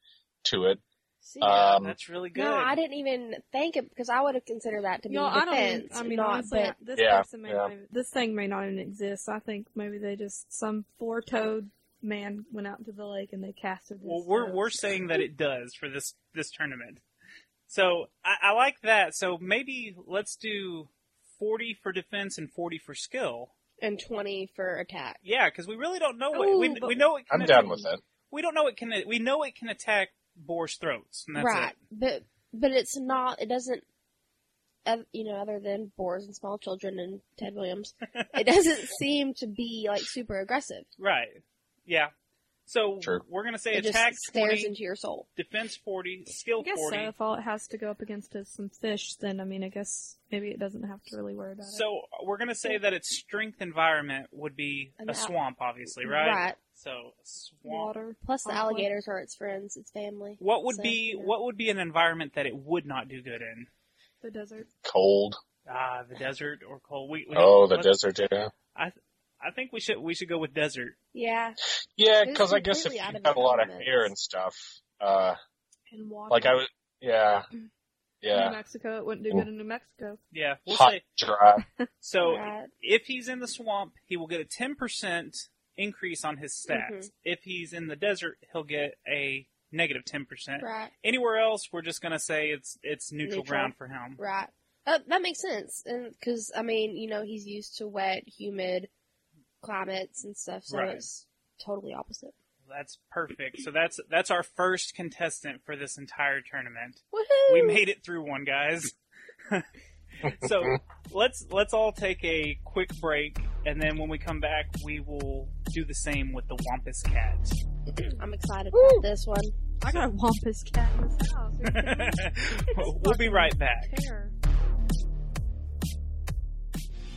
Speaker 7: to it
Speaker 5: See,
Speaker 7: Um,
Speaker 1: That's really good.
Speaker 5: no, I didn't even think it because I would have considered that to be
Speaker 4: Y'all, I don't.
Speaker 5: defense.
Speaker 4: Even, I mean,
Speaker 5: not,
Speaker 4: honestly,
Speaker 5: but
Speaker 4: this
Speaker 7: Yeah,
Speaker 4: person may not even, this thing may not even exist. I think maybe they just some four-toed man went out to the lake and they casted this. uh,
Speaker 1: Well, we're
Speaker 4: out.
Speaker 1: we're saying that it does for this this tournament. So I, I like that. So maybe let's do forty for defense and forty for skill,
Speaker 5: and 20 for attack.
Speaker 1: Yeah, because we really don't know what we,
Speaker 4: Ooh, but-
Speaker 1: we know. It can
Speaker 7: I'm down
Speaker 1: attack-
Speaker 7: with that.
Speaker 1: We don't know it can. We know it can attack boars' throats, and that's
Speaker 5: right.
Speaker 1: it.
Speaker 5: But but it's not it doesn't oth- you know other than boars and small children and Ted Williams, it doesn't seem to be like super aggressive.
Speaker 1: Right. Yeah. So
Speaker 7: True.
Speaker 1: we're gonna say
Speaker 5: It just
Speaker 1: attack
Speaker 5: stares
Speaker 1: twenty,
Speaker 5: into your soul.
Speaker 1: defense forty,
Speaker 4: I
Speaker 1: skill
Speaker 4: guess so.
Speaker 1: forty.
Speaker 4: If all it has to go up against is some fish, then I mean, I guess maybe it doesn't have to really worry about it.
Speaker 1: So we're gonna say that its strength environment would be
Speaker 5: An
Speaker 1: a
Speaker 5: al-
Speaker 1: swamp, obviously, right?
Speaker 5: Right.
Speaker 1: So swamp.
Speaker 4: Water.
Speaker 5: Plus the
Speaker 4: Conflict.
Speaker 5: alligators are its friends, its family.
Speaker 1: What would
Speaker 5: So,
Speaker 1: be
Speaker 5: you know.
Speaker 1: what would be an environment that it would not do good in?
Speaker 4: The desert.
Speaker 7: Cold.
Speaker 1: Ah, the desert or cold. We, we-
Speaker 7: Oh, the
Speaker 1: let's-
Speaker 7: desert. Yeah,
Speaker 1: I I think we should we should go with desert.
Speaker 5: Yeah.
Speaker 7: yeah.
Speaker 5: It's
Speaker 7: Because I guess if
Speaker 5: completely
Speaker 7: you've
Speaker 5: out of
Speaker 7: got a
Speaker 5: the
Speaker 7: lot of
Speaker 5: elements.
Speaker 7: hair and stuff, uh,
Speaker 4: And water.
Speaker 7: like I was, yeah,
Speaker 4: New
Speaker 7: yeah,
Speaker 4: Mexico. It wouldn't do good in New Mexico.
Speaker 1: Yeah, we'll
Speaker 7: hot,
Speaker 1: say
Speaker 7: dry.
Speaker 1: so.
Speaker 5: Right.
Speaker 1: If he's in the swamp, he will get a ten percent increase on his stats.
Speaker 5: Mhm.
Speaker 1: If he's in the desert, he'll get a negative ten percent.
Speaker 5: Right.
Speaker 1: Anywhere else, we're just gonna say it's it's neutral,
Speaker 5: Neutral.
Speaker 1: ground for him.
Speaker 5: Right. Uh, that makes sense, and because I mean, you know, he's used to wet, humid climates and stuff, so
Speaker 1: Right.
Speaker 5: it's totally opposite.
Speaker 1: That's perfect. So that's that's our first contestant for this entire tournament.
Speaker 5: Woohoo!
Speaker 1: We made it through one, guys. so let's let's all take a quick break, and then when we come back, we will do the same with the Wampus Cat.
Speaker 5: I'm excited about this one.
Speaker 4: I got a wampus cat in this house. Are you kidding me?
Speaker 1: we'll be right back.
Speaker 4: Terror.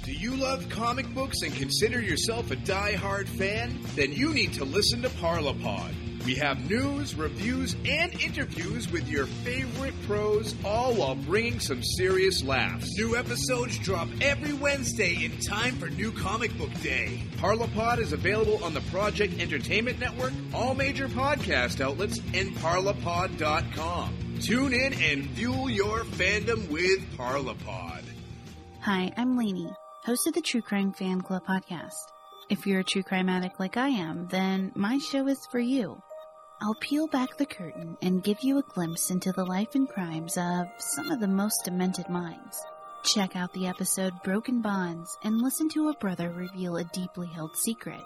Speaker 8: Do you love comic books and consider yourself a die-hard fan? Then you need to listen to Parlapod. We have news, reviews, and interviews with your favorite pros, all while bringing some serious laughs. New episodes drop every Wednesday in time for New Comic Book Day. Parlapod is available on the Project Entertainment Network, all major podcast outlets, and parlapod.com. Tune in and fuel your fandom with Parlapod.
Speaker 9: Hi, I'm Lainey, host of the True Crime Fan Club podcast. If you're a true crime addict like I am, then my show is for you. I'll peel back the curtain and give you a glimpse into the life and crimes of some of the most demented minds. Check out the episode Broken Bonds and listen to a brother reveal a deeply held secret,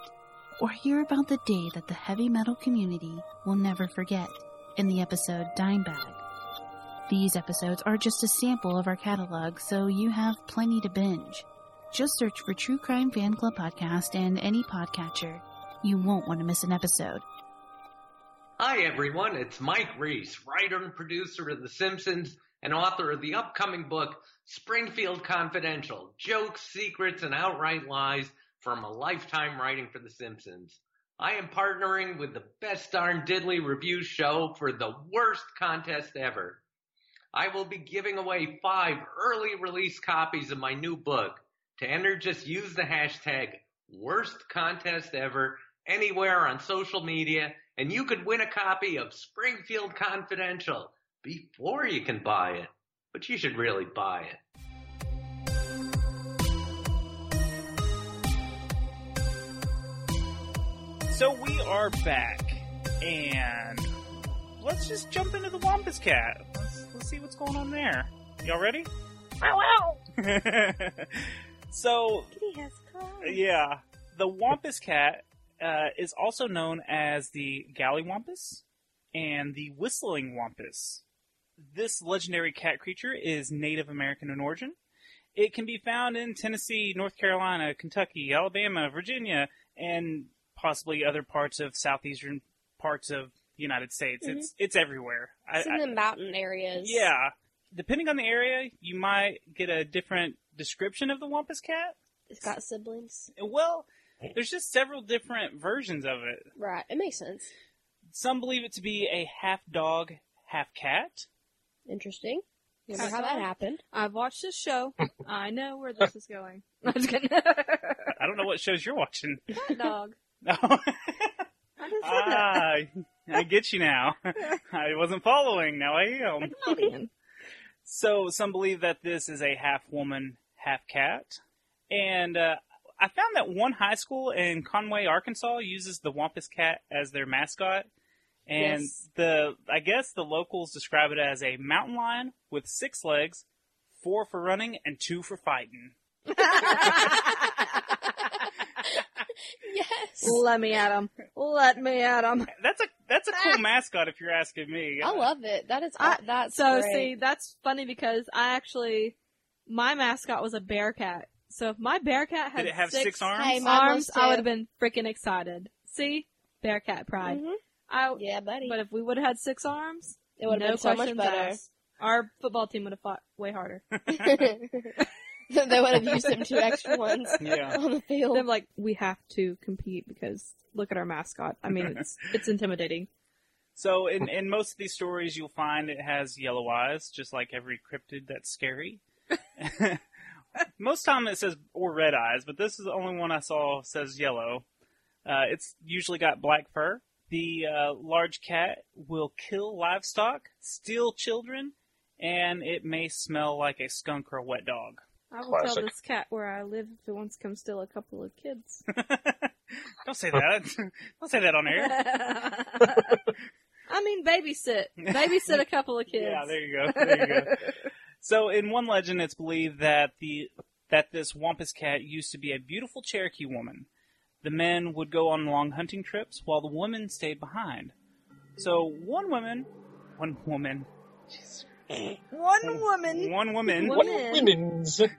Speaker 9: or hear about the day that the heavy metal community will never forget in the episode Dimebag. These episodes are just a sample of our catalog, so you have plenty to binge. Just search for True Crime Fan Club Podcast in any podcatcher. You won't want to miss an episode.
Speaker 10: Hi, everyone. It's Mike Reese, writer and producer of The Simpsons and author of the upcoming book, Springfield Confidential Jokes, Secrets, and Outright Lies from a Lifetime Writing for The Simpsons. I am partnering with the best darn diddly review show for the worst contest ever. I will be giving away five early release copies of my new book. To enter, just use the hashtag worst contest ever anywhere on social media and you could win a copy of Springfield Confidential before you can buy it. But you should really buy it.
Speaker 1: So we are back, and let's just jump into the Wampus Cat. Let's, let's see what's going on there. Y'all ready? so,
Speaker 5: Kitty has come.
Speaker 1: yeah, the Wampus Cat uh, is also known as the Gallywampus and the Whistling Wampus. This legendary cat creature is Native American in origin. It can be found in Tennessee, North Carolina, Kentucky, Alabama, Virginia, and possibly other parts of southeastern parts of the United States. It's it's everywhere. I-
Speaker 5: It's in
Speaker 1: I-
Speaker 5: the mountain areas.
Speaker 1: yeah. Depending on the area, you might get a different description of the Wampus cat.
Speaker 5: It's got siblings.
Speaker 1: And, Well, there's just several different versions of it.
Speaker 5: Right. It makes sense.
Speaker 1: Some believe it to be a half dog, half cat.
Speaker 5: Interesting. Wonder
Speaker 4: Cat
Speaker 5: how that
Speaker 4: dog.
Speaker 5: happened.
Speaker 4: I've watched this show. I know where this is going. I'm just kidding.
Speaker 1: I don't know what shows you're watching.
Speaker 4: Cat dog.
Speaker 1: No.
Speaker 4: I just said that.
Speaker 1: ah, I get you now. I wasn't following. Now I am.
Speaker 4: Alien.
Speaker 1: So some believe that this is a half woman, half cat. And uh, I found that one high school in Conway, Arkansas, uses the Wampus Cat as their mascot. And
Speaker 5: Yes.
Speaker 1: the I guess the locals describe it as a mountain lion with six legs, four for running and two for fighting.
Speaker 5: Yes.
Speaker 4: Let me at him. Let me at him.
Speaker 1: That's a that's a cool mascot if you're asking me.
Speaker 5: Ah.
Speaker 1: Uh,
Speaker 5: I love it. That is
Speaker 4: I-
Speaker 5: that's
Speaker 4: So
Speaker 5: great.
Speaker 4: see, that's funny because I actually my mascot was a bear cat. So if my bear cat had
Speaker 1: Did it have six, arms?
Speaker 5: Hey, mine
Speaker 4: arms,
Speaker 5: was
Speaker 4: I
Speaker 5: too.
Speaker 4: would have been freaking excited. See, bear cat pride.
Speaker 5: Mhm.
Speaker 4: I,
Speaker 5: Yeah, buddy.
Speaker 4: but if we would have had six arms,
Speaker 5: it would have
Speaker 4: no
Speaker 5: been so much
Speaker 4: questions asked. Our football team would have fought way harder.
Speaker 5: better. they would have used them two extra ones
Speaker 1: Yeah.
Speaker 5: on the field.
Speaker 4: They're like, we have to compete because look at our mascot. I mean, it's it's intimidating.
Speaker 1: So in, in most of these stories, you'll find it has yellow eyes, just like every cryptid that's scary. most time it says or red eyes, but this is the only one I saw says yellow. Uh, it's usually got black fur. The uh, large cat will kill livestock, steal children, and it may smell like a skunk or a wet dog.
Speaker 4: I will tell
Speaker 7: Classic.
Speaker 4: this cat where I live if it wants to come steal a couple of kids.
Speaker 1: Don't say that. Don't say that on air.
Speaker 4: I mean, babysit, babysit a couple of kids.
Speaker 1: Yeah, there you go. There you go. So in one legend, it's believed that the that this Wampus cat used to be a beautiful Cherokee woman. The men would go on long hunting trips while the women stayed behind. So one woman, one woman,
Speaker 4: One woman.
Speaker 1: one woman,
Speaker 4: One
Speaker 7: One
Speaker 4: Women.
Speaker 7: women's.
Speaker 1: one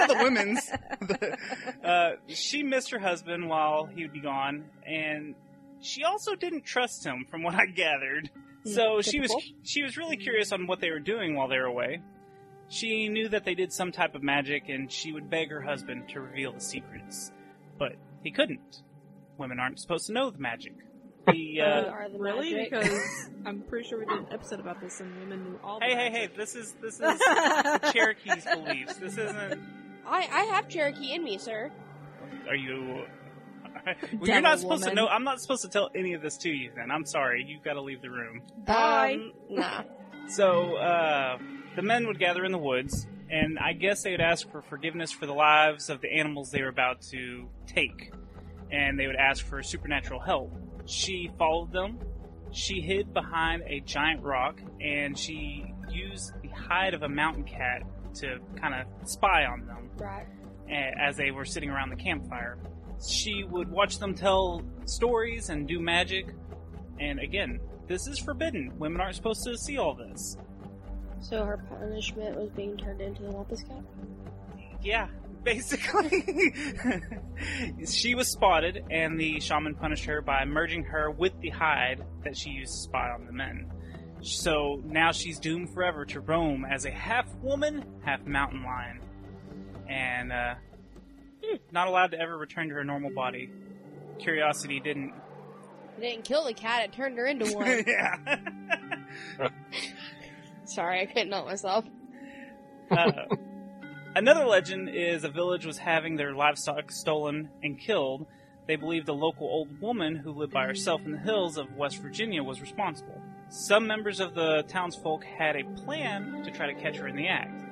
Speaker 1: of the women's, uh, she missed her husband while he would be gone, and she also didn't trust him, from what I gathered. So she was
Speaker 5: typical.
Speaker 1: she was really curious on what they were doing while they were away. She knew that they did some type of magic, and she would beg her husband to reveal the secrets, but he couldn't. Women aren't supposed to know the magic. He, uh,
Speaker 5: They are the
Speaker 4: really?
Speaker 5: magic.
Speaker 4: Because I'm pretty sure we did an episode about this, and women knew all.
Speaker 1: hey,
Speaker 4: the
Speaker 1: hey, hey!
Speaker 4: magic.
Speaker 1: This is this is the Cherokee's beliefs. This isn't.
Speaker 5: I, I have Cherokee in me, sir.
Speaker 1: Are you? Well, you're
Speaker 4: Devil
Speaker 1: not supposed to
Speaker 4: woman.
Speaker 1: know. I'm not supposed to tell any of this to you. Then I'm sorry. You've got to leave the room.
Speaker 4: Bye.
Speaker 5: Um, nah.
Speaker 1: So uh, the men would gather in the woods, and I guess they would ask for forgiveness for the lives of the animals they were about to take, and they would ask for supernatural help. She followed them. She hid behind a giant rock, and she used the hide of a mountain cat to kind of spy on them
Speaker 5: Right.
Speaker 1: a- as they were sitting around the campfire. She would watch them tell stories and do magic. And again, this is forbidden. Women aren't supposed to see all this.
Speaker 5: So her punishment was being turned into the Wampus Cat?
Speaker 1: Yeah, basically. she was spotted, and the shaman punished her by merging her with the hide that she used to spy on the men. So now she's doomed forever to roam as a half woman, half mountain lion. And, uh, not allowed to ever return to her normal body. Curiosity didn't.
Speaker 5: It didn't kill the cat, it turned her into one.
Speaker 1: yeah.
Speaker 5: Sorry, I couldn't help myself.
Speaker 1: Uh, another legend is a village was having their livestock stolen and killed. They believed a local old woman who lived by herself in the hills of West Virginia was responsible. Some members of the townsfolk had a plan to try to catch her in the act.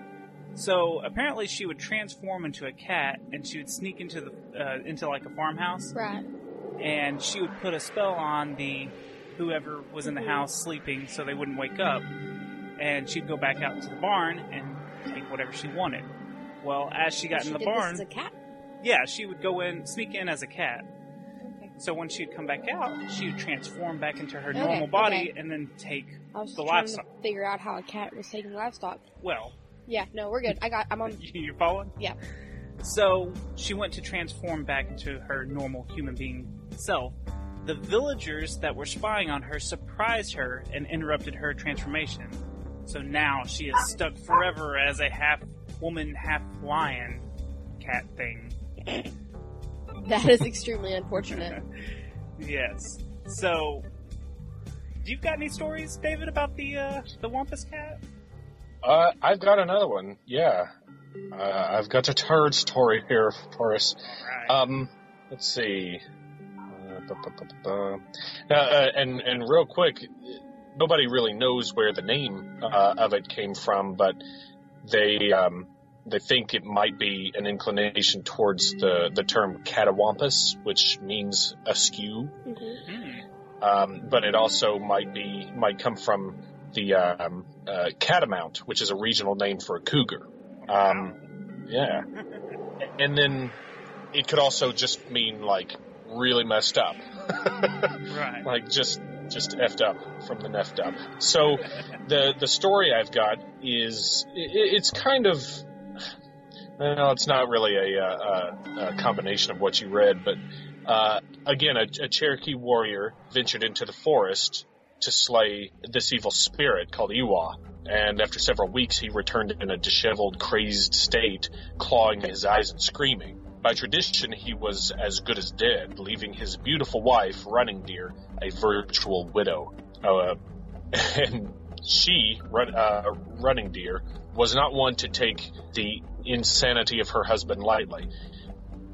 Speaker 1: So apparently, she would transform into a cat, and she would sneak into the uh, into like a farmhouse,
Speaker 5: Right.
Speaker 1: and she would put a spell on the whoever was in the house sleeping so they wouldn't wake up and she'd go back out to the barn and take whatever she wanted well as she got
Speaker 5: she
Speaker 1: in the
Speaker 5: did
Speaker 1: barn
Speaker 5: This as a cat?
Speaker 1: yeah she would go in sneak in as a cat
Speaker 5: Okay.
Speaker 1: so when she'd come back out she would transform back into her
Speaker 5: Okay,
Speaker 1: normal body
Speaker 5: okay.
Speaker 1: and then take
Speaker 5: I was just
Speaker 1: The
Speaker 5: trying
Speaker 1: livestock.
Speaker 5: to figure out how a cat was taking livestock.
Speaker 1: well
Speaker 5: Yeah, no, we're good. I got, I'm on.
Speaker 1: you- you're following
Speaker 5: Yeah.
Speaker 1: so she went to transform back into her normal human being self the villagers that were spying on her surprised her and interrupted her transformation so now she is stuck forever as a half woman half lion cat thing
Speaker 5: That is extremely unfortunate.
Speaker 1: Yes. So, do you got any stories, David, about the uh, the Wampus cat?
Speaker 7: Uh, I've got another one. Yeah. Uh, I've got a turd story here for us.
Speaker 1: Right.
Speaker 7: Um, let's see. Uh, bu- bu- bu- bu- bu. Now, uh, and and real quick, nobody really knows where the name uh, of it came from, but they um, they think it might be an inclination towards the the term catawampus, which means askew.
Speaker 5: Mhm.
Speaker 1: Hmm.
Speaker 7: Um, but it also might be might come from the um, uh, catamount, which is a regional name for a cougar. Um, yeah. And then it could also just mean like really messed up.
Speaker 1: Right.
Speaker 7: like just just effed up from the neffed up. So the the story I've got is i i- it's kind of well, it's not really a, uh uh a combination of what you read, but uh, again, a, a Cherokee warrior ventured into the forest to slay this evil spirit called Iwa. And after several weeks, he returned in a disheveled, crazed state, clawing his eyes and screaming. By tradition, he was as good as dead, leaving his beautiful wife, Running Deer, a virtual widow. Uh, and she, Run, uh, Running Deer, was not one to take the insanity of her husband lightly.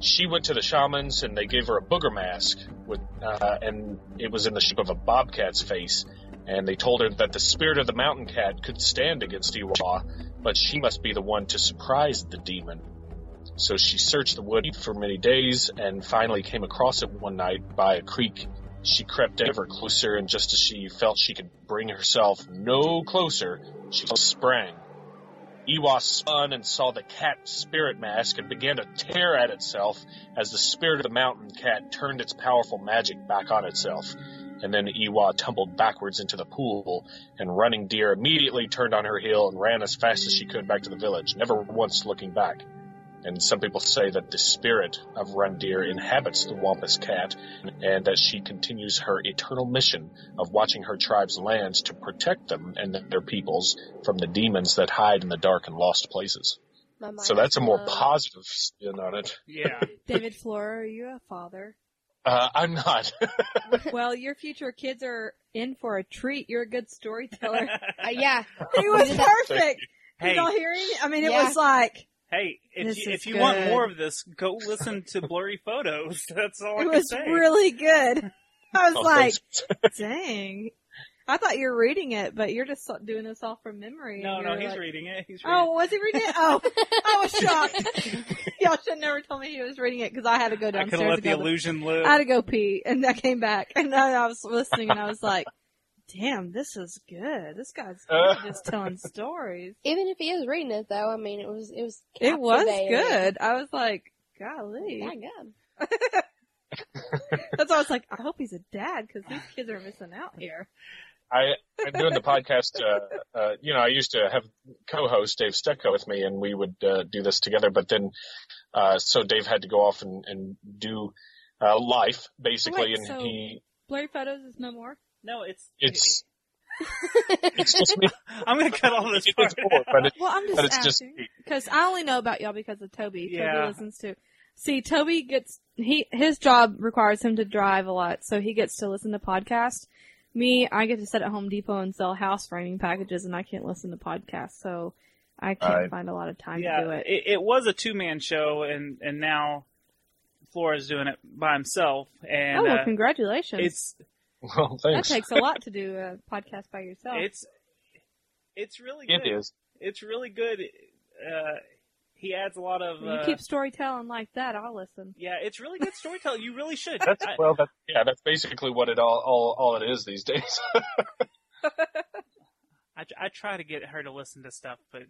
Speaker 7: She went to the shamans and they gave her a booger mask, with, uh, and it was in the shape of a bobcat's face. And they told her that the spirit of the mountain cat could stand against Iwa, but she must be the one to surprise the demon. So she searched the wood for many days and finally came across it one night by a creek. She crept ever closer, and just as she felt she could bring herself no closer, she sprang. Iwa spun and saw the cat spirit mask and began to tear at itself as the spirit of the mountain cat turned its powerful magic back on itself. And then Iwa tumbled backwards into the pool, and Running Deer immediately turned on her heel and ran as fast as she could back to the village, never once looking back. And some people say that the spirit of Run Deer inhabits the Wampus Cat, and that she continues her eternal mission of watching her tribe's lands to protect them and their peoples from the demons that hide in the dark and lost places.
Speaker 5: My mind
Speaker 7: So that's a
Speaker 5: is
Speaker 7: more
Speaker 5: blown.
Speaker 7: positive spin on it.
Speaker 1: Yeah.
Speaker 4: David Flora, are you a father?
Speaker 7: Uh, I'm not.
Speaker 4: well, your future kids are in for a treat. You're a good storyteller.
Speaker 5: Uh, yeah,
Speaker 4: he was perfect.
Speaker 1: Hey.
Speaker 4: Did y'all hear him? I mean, it
Speaker 5: Yeah.
Speaker 4: was like
Speaker 1: Hey, if
Speaker 4: This
Speaker 1: you,
Speaker 4: is
Speaker 1: if you want
Speaker 4: good.
Speaker 1: more of this, go listen to Blurry Photos. That's all I
Speaker 4: it
Speaker 1: can
Speaker 4: was
Speaker 1: say.
Speaker 4: really good. I was
Speaker 7: Oh,
Speaker 4: like,
Speaker 7: thanks.
Speaker 4: dang. I thought you were reading it, but you're just doing this all from memory.
Speaker 1: no,
Speaker 4: and
Speaker 1: no,
Speaker 4: you're
Speaker 1: he's
Speaker 4: like-
Speaker 1: reading it. He's reading.
Speaker 4: Oh, was he reading it? Oh, I was shocked. Y'all should have never told me he was reading it because I had to go
Speaker 1: it. I
Speaker 4: downstairs.
Speaker 1: could have let
Speaker 4: to
Speaker 1: the
Speaker 4: go to-
Speaker 1: illusion live.
Speaker 4: I had to go pee, and I came back, and then I was listening, and I was like, "Damn, this is good. This guy's good at just telling stories.
Speaker 5: even if he is reading it though, I mean, it was it was
Speaker 4: It was
Speaker 5: captivating.
Speaker 4: good. I was like, golly,
Speaker 5: My God,
Speaker 4: that's why I was like, I hope he's a dad because these kids are missing out here.
Speaker 7: I, I'm doing the podcast. Uh, uh, you know, I used to have co-host Dave Stecco with me, and we would uh, do this together. But then, uh, so Dave had to go off and, and do uh, life basically,
Speaker 4: Wait,
Speaker 7: and
Speaker 4: so-
Speaker 7: he
Speaker 4: Blurry photos is no more.
Speaker 1: no, it's
Speaker 7: it's it's just me.
Speaker 1: I'm gonna cut all this
Speaker 7: It's
Speaker 1: part.
Speaker 7: more, but, it,
Speaker 4: Well, I'm just
Speaker 7: but it's just
Speaker 4: asking because I only know about y'all because of Toby.
Speaker 1: Yeah.
Speaker 4: Toby listens to. See, Toby gets he his job requires him to drive a lot, so he gets to listen to podcasts. Me, I get to sit at Home Depot and sell house framing packages, and I can't listen to podcasts, so I can't
Speaker 7: Alright.
Speaker 4: find a lot of time to
Speaker 1: yeah,
Speaker 4: do it.
Speaker 1: it, it was a two man show, and and now Flora's doing it by himself, and
Speaker 4: oh, well,
Speaker 1: uh,
Speaker 4: congratulations!
Speaker 1: it's
Speaker 7: well,
Speaker 4: that
Speaker 7: thanks.
Speaker 4: takes a lot to do a podcast by yourself.
Speaker 1: it's it's really good.
Speaker 7: It is.
Speaker 1: It's really good. Uh, he adds a lot of.
Speaker 4: you
Speaker 1: uh,
Speaker 4: keep storytelling like that, I'll listen.
Speaker 1: yeah, it's really good storytelling. You really should.
Speaker 7: That's
Speaker 1: I-
Speaker 7: well. That, yeah, that's basically what it all all all it is these days.
Speaker 1: I, I try to get her to listen to stuff, but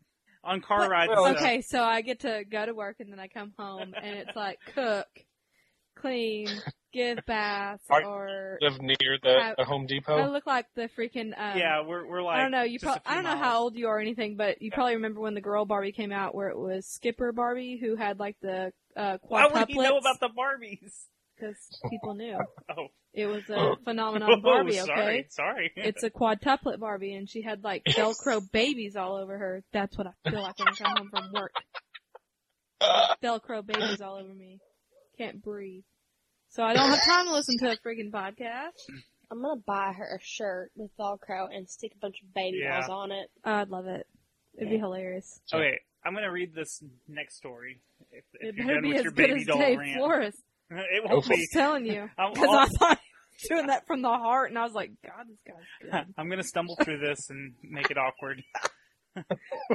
Speaker 1: on car rides.
Speaker 7: well,
Speaker 1: and stuff-
Speaker 4: Okay, so I get to go to work and then I come home and it's like cook, clean, give baths,
Speaker 7: Are-
Speaker 4: or
Speaker 7: Live near the,
Speaker 4: I-
Speaker 7: the Home Depot.
Speaker 4: I look like the freaking. Um,
Speaker 1: yeah, we're we're like.
Speaker 4: I don't know. You.
Speaker 1: just
Speaker 4: Pro-
Speaker 1: a few
Speaker 4: I don't know
Speaker 1: miles.
Speaker 4: how old you are or anything, but you probably remember when the girl Barbie came out, where it was Skipper Barbie who had like the uh,
Speaker 1: Why would he know
Speaker 4: quadruplets
Speaker 1: about the Barbies?
Speaker 4: because people knew
Speaker 1: Oh,
Speaker 4: it was a phenomenon Barbie.
Speaker 1: Oh,
Speaker 4: Okay.
Speaker 1: sorry, sorry.
Speaker 4: It's a quadruplet Barbie, and she had like Velcro babies all over her. That's what I feel like when I come home from work. Velcro babies all over me. Can't breathe. So I don't have time to listen to a friggin' podcast.
Speaker 5: I'm gonna buy her a shirt with Velcro and stick a bunch of baby
Speaker 1: Yeah.
Speaker 5: dolls on it.
Speaker 4: I'd love it. It'd be hilarious.
Speaker 1: okay, I'm gonna read this next story. If, if
Speaker 4: It
Speaker 1: you're
Speaker 4: better
Speaker 1: done
Speaker 4: be
Speaker 1: with
Speaker 4: as
Speaker 1: your
Speaker 4: good
Speaker 1: baby
Speaker 4: as
Speaker 1: doll
Speaker 4: Dave
Speaker 1: rant,
Speaker 4: Flores.
Speaker 1: it
Speaker 7: Go
Speaker 1: won't
Speaker 7: for
Speaker 4: I'm
Speaker 1: be.
Speaker 4: telling you.
Speaker 1: I'm
Speaker 4: Because
Speaker 1: all-
Speaker 4: I thought he was doing that from the heart, and I was like, God, this guy's
Speaker 1: I'm gonna stumble through this and make it awkward,
Speaker 4: good.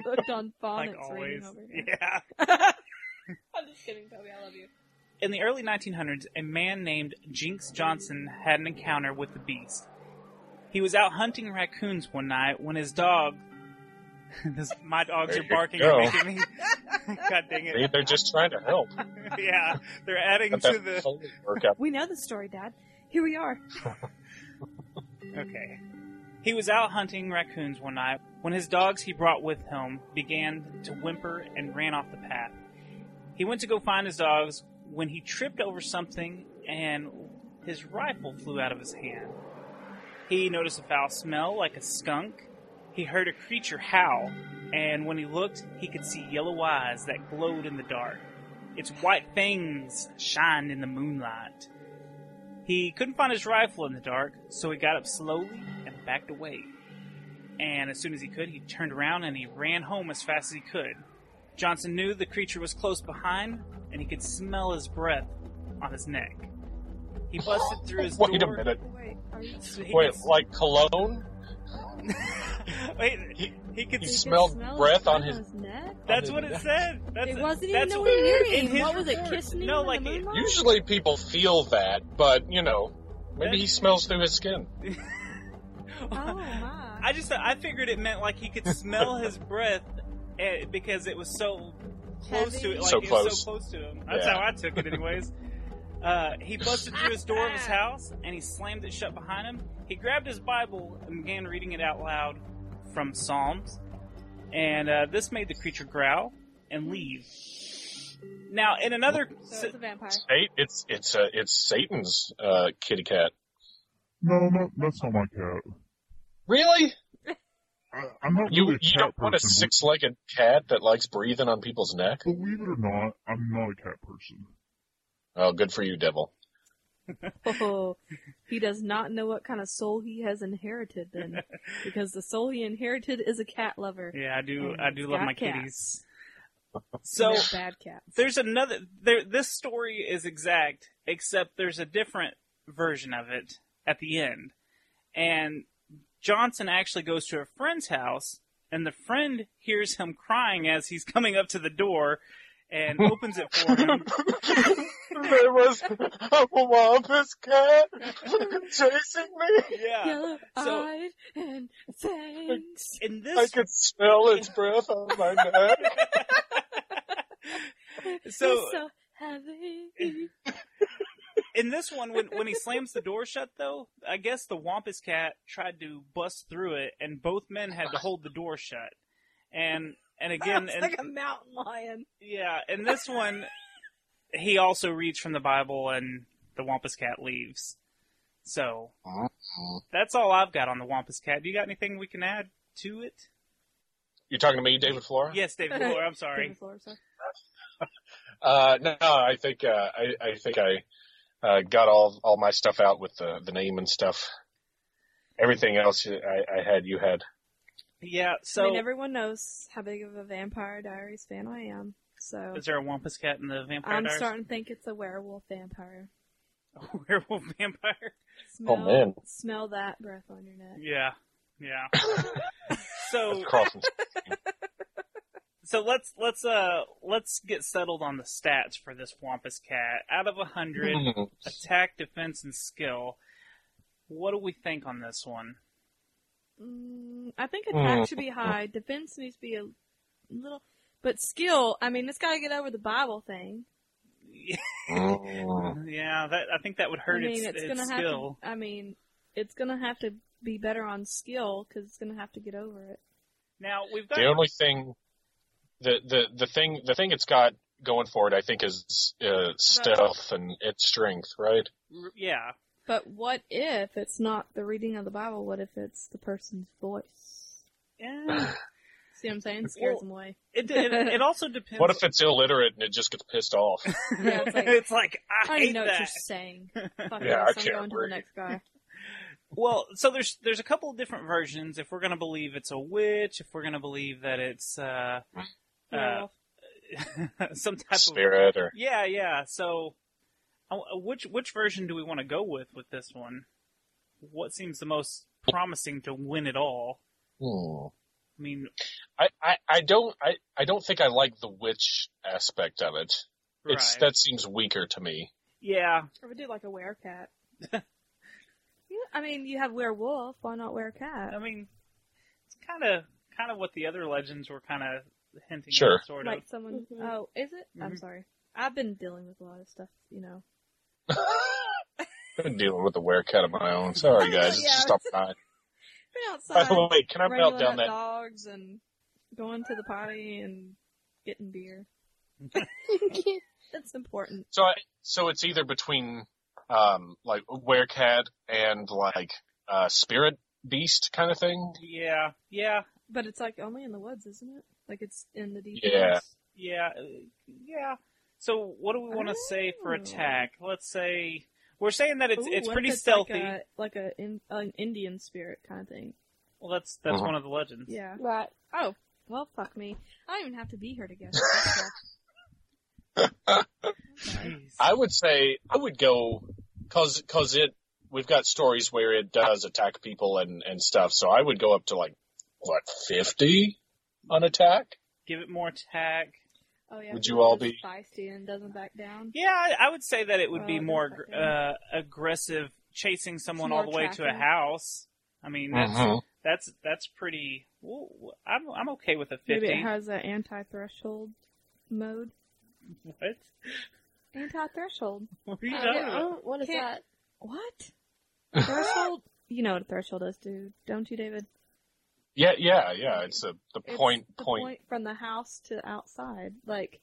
Speaker 4: Looked on phonics
Speaker 1: like always.
Speaker 4: reading over here.
Speaker 1: Yeah.
Speaker 4: I'm just kidding, Toby. I love you.
Speaker 1: In the early 1900s, a man named Jinx Johnson had an encounter with the beast. He was out hunting raccoons one night when his dog. this, my dogs
Speaker 7: There
Speaker 1: are
Speaker 7: you
Speaker 1: barking
Speaker 7: go.
Speaker 1: and making me. God dang it.
Speaker 7: They, they're just trying to help.
Speaker 1: yeah, they're adding
Speaker 7: Got
Speaker 1: to
Speaker 7: that
Speaker 1: the.
Speaker 7: Foley workout.
Speaker 4: We know the story, Dad. Here we are.
Speaker 1: Okay. He was out hunting raccoons one night when his dogs he brought with him began to whimper and ran off the path. He went to go find his dogs when he tripped over something and his rifle flew out of his hand. He noticed a foul smell like a skunk. He heard a creature howl, and when he looked, he could see yellow eyes that glowed in the dark. Its white fangs shined in the moonlight. He couldn't find his rifle in the dark, so he got up slowly and backed away. And as soon as he could, he turned around and he ran home as fast as he could. Johnson knew the creature was close behind, and he could smell his breath on his neck. He busted through his
Speaker 7: Wait a
Speaker 1: door.
Speaker 7: minute.
Speaker 4: Oh, Wait, are you?
Speaker 1: so he
Speaker 7: Wait,
Speaker 1: could-
Speaker 7: like cologne?
Speaker 1: Wait,
Speaker 7: He-
Speaker 1: he could.
Speaker 7: he
Speaker 4: could
Speaker 7: smelled
Speaker 4: smell
Speaker 7: breath
Speaker 4: the
Speaker 7: on
Speaker 4: smell
Speaker 7: his-
Speaker 4: neck.
Speaker 1: That's what it said. That's
Speaker 4: It wasn't even
Speaker 1: that's
Speaker 4: the
Speaker 1: what-
Speaker 4: word
Speaker 1: in
Speaker 4: hearing.
Speaker 1: his
Speaker 4: What was it?
Speaker 1: report.
Speaker 4: Kissing
Speaker 1: No, like
Speaker 4: in the
Speaker 1: it-
Speaker 4: moonlight?
Speaker 7: Usually people feel that, but you know, maybe he smells through his skin.
Speaker 4: Oh my!
Speaker 1: I just I figured it meant like he could smell his breath eh, because it was so close to it, like
Speaker 7: So
Speaker 1: it was
Speaker 7: close.
Speaker 1: so close to him. That's
Speaker 7: Yeah.
Speaker 1: how I took it, anyways. Uh, he busted through his door of his house and he slammed it shut behind him. He grabbed his Bible and began reading it out loud from Psalms, and uh, this made the creature growl and leave. Now, in another,
Speaker 4: so it's a vampire.
Speaker 7: Eight, it's it's uh, it's Satan's uh, kitty cat.
Speaker 6: No, no, that's not my cat.
Speaker 7: Really?
Speaker 6: I, I'm not
Speaker 7: You
Speaker 6: really a
Speaker 7: you
Speaker 6: cat
Speaker 7: don't want a
Speaker 6: person.
Speaker 7: six legged cat that likes breathing on people's neck?
Speaker 6: but Believe it or not, I'm not a cat person.
Speaker 7: Oh, good for you, devil.
Speaker 4: Oh, he does not know what kind of soul he has inherited then, because the soul he inherited is a cat lover.
Speaker 1: yeah, I do,
Speaker 4: And
Speaker 1: I
Speaker 4: he's
Speaker 1: do love
Speaker 4: got
Speaker 1: my
Speaker 4: cats.
Speaker 1: kitties. So.
Speaker 4: They're bad cat.
Speaker 1: there's another there this story is exact except there's a different version of it at the end and johnson actually goes to a friend's house and the friend hears him crying as he's coming up to the door and opens it for him
Speaker 7: there was a wampus cat chasing me.
Speaker 1: yeah
Speaker 4: Yellow
Speaker 1: uh, so-
Speaker 4: eyed and fangs.
Speaker 1: in
Speaker 7: I
Speaker 1: this
Speaker 7: could smell its breath on my neck.
Speaker 1: so eh,
Speaker 4: so heavy.
Speaker 1: in this one when when he slams the door shut though i guess the wampus cat tried to bust through it and both men had to hold the door shut and and again
Speaker 4: Sounds
Speaker 1: and,
Speaker 4: like a mountain lion.
Speaker 1: Yeah, and this one, he also reads from the Bible, and the Wampus Cat leaves. So that's all I've got on the Wampus Cat. Do you got anything we can add to it?
Speaker 7: You're talking to me, David Flora?
Speaker 1: Yes, David Moore. I'm sorry.
Speaker 4: David Flores, sorry.
Speaker 7: Uh, no, no, I think uh, I, I think I uh, got all all my stuff out with the the name and stuff. Everything else I, I had, you had.
Speaker 1: Yeah.
Speaker 4: I
Speaker 1: So
Speaker 4: mean, everyone knows how big of a Vampire Diaries fan I am, so
Speaker 1: is there a Wampus Cat in the Vampire
Speaker 4: I'm
Speaker 1: Diaries?
Speaker 4: starting to think it's a werewolf vampire.
Speaker 1: A werewolf vampire.
Speaker 4: Smell,
Speaker 7: Oh, man.
Speaker 4: smell that breath on your neck.
Speaker 1: Yeah. Yeah. so
Speaker 7: Crossing.
Speaker 1: so let's let's uh let's get settled on the stats for this Wampus Cat. Out of a hundred,
Speaker 7: Mm-hmm.
Speaker 1: attack, defense, and skill. What do we think on this one?
Speaker 4: Mm, I think attack should be high. Defense needs to be a little, but skill. I mean, it's got to get over the Bible thing.
Speaker 7: Mm.
Speaker 1: Yeah, that I think that would hurt
Speaker 4: I mean,
Speaker 1: its,
Speaker 4: it's,
Speaker 1: its
Speaker 4: gonna
Speaker 1: skill.
Speaker 4: have to. I mean, it's gonna have to be better on skill because it's gonna have to get over it.
Speaker 1: Now we've got
Speaker 7: The only thing, the, the the thing the thing it's got going for it, I think, is uh, stealth and its strength, right?
Speaker 1: r- yeah,
Speaker 4: But what if it's not the reading of the Bible? What if it's the person's voice?
Speaker 1: yeah.
Speaker 4: See what I'm saying? Scares
Speaker 1: Well-
Speaker 4: them away.
Speaker 1: It, it it also depends.
Speaker 7: What if it's illiterate and it just gets pissed off?
Speaker 4: Yeah, it's like-
Speaker 1: it's like I,
Speaker 4: I don't
Speaker 1: hate
Speaker 4: even know what
Speaker 1: that.
Speaker 4: you're saying. Fuck
Speaker 7: Yeah,
Speaker 4: this,
Speaker 7: I
Speaker 4: I'm
Speaker 7: can't
Speaker 4: going to the
Speaker 7: read.
Speaker 4: next guy.
Speaker 1: Well, so there's there's a couple of different versions. If we're gonna believe it's a witch, if we're gonna believe that it's uh, uh
Speaker 4: Werewolf.
Speaker 1: some type of
Speaker 7: Spirit or
Speaker 1: yeah yeah. So uh, which which version do we want to go with with this one? What seems the most promising to win it all?
Speaker 7: hmm.
Speaker 1: I mean,
Speaker 7: I, I, I don't I, I don't think I like the witch aspect of it. It's
Speaker 1: right.
Speaker 7: that seems weaker to me.
Speaker 1: yeah,
Speaker 4: Or we do like a werecat. yeah, I mean, you have werewolf. Why not werecat?
Speaker 1: I mean, it's kind of kind of what the other legends were kind of hinting
Speaker 7: Sure.
Speaker 1: at, sort of.
Speaker 4: like someone.
Speaker 5: Mhm.
Speaker 4: Oh, is it? I'm
Speaker 1: Mhm.
Speaker 4: sorry. I've been dealing with a lot of stuff, you know.
Speaker 7: been dealing with a wear cut of my own. Sorry, guys. It's
Speaker 4: Yeah.
Speaker 7: just outside.
Speaker 4: Been
Speaker 7: By
Speaker 4: outside,
Speaker 7: the way, can I melt
Speaker 4: wrangling
Speaker 7: down
Speaker 4: out
Speaker 7: that?
Speaker 4: dogs and going to the potty and getting beer. That's important.
Speaker 7: So, I, so it's either between um, like werecat and like uh, spirit beast kind of thing.
Speaker 1: Yeah, yeah,
Speaker 4: But it's like only in the woods, isn't it? Like it's in the deep
Speaker 7: Yeah.
Speaker 4: woods.
Speaker 1: yeah, uh, yeah. So what do we want to say for
Speaker 4: Oh.
Speaker 1: attack? Let's say we're saying that it's
Speaker 4: Ooh,
Speaker 1: it's
Speaker 4: what if
Speaker 1: pretty
Speaker 4: like
Speaker 1: stealthy.
Speaker 4: a- Like a, in, an Indian spirit kind of thing.
Speaker 1: Well, that's that's
Speaker 7: Uh-huh.
Speaker 1: one of the legends.
Speaker 4: Yeah.
Speaker 5: right.
Speaker 4: Oh, well, fuck me. I don't even have to be here to guess. That's cool.
Speaker 1: Jeez.
Speaker 7: I would say I would go cause cause it we've got stories where it does attack people and and stuff. So I would go up to like what fifty on attack.
Speaker 1: Give it more attack.
Speaker 4: Oh yeah.
Speaker 7: Would
Speaker 4: if
Speaker 7: you
Speaker 4: it
Speaker 7: all
Speaker 4: goes
Speaker 7: be-
Speaker 4: feisty and doesn't back down?
Speaker 1: Yeah, I, I would say that it would
Speaker 4: Well,
Speaker 1: be
Speaker 4: it
Speaker 1: more
Speaker 4: does
Speaker 1: aggr-
Speaker 4: like that.
Speaker 1: uh, aggressive, chasing someone
Speaker 4: more
Speaker 1: all the way to a
Speaker 4: tracking.
Speaker 1: house. I mean, that's
Speaker 7: Mhm.
Speaker 1: that's that's pretty. Ooh, I'm I'm okay with a
Speaker 4: Maybe it
Speaker 1: fifty.
Speaker 4: has an anti-threshold mode.
Speaker 1: What?
Speaker 4: Anti-threshold.
Speaker 1: What are you
Speaker 5: I
Speaker 1: talking
Speaker 5: don't,
Speaker 4: Oh,
Speaker 5: I
Speaker 1: about?
Speaker 5: don't, what is
Speaker 4: Can't-
Speaker 5: that?
Speaker 4: What? Threshold? you know what a threshold is, dude? Don't you, David?
Speaker 7: Yeah, yeah, yeah. It's a, the
Speaker 4: It's
Speaker 7: point
Speaker 4: the
Speaker 7: point.
Speaker 4: point from the house to outside, like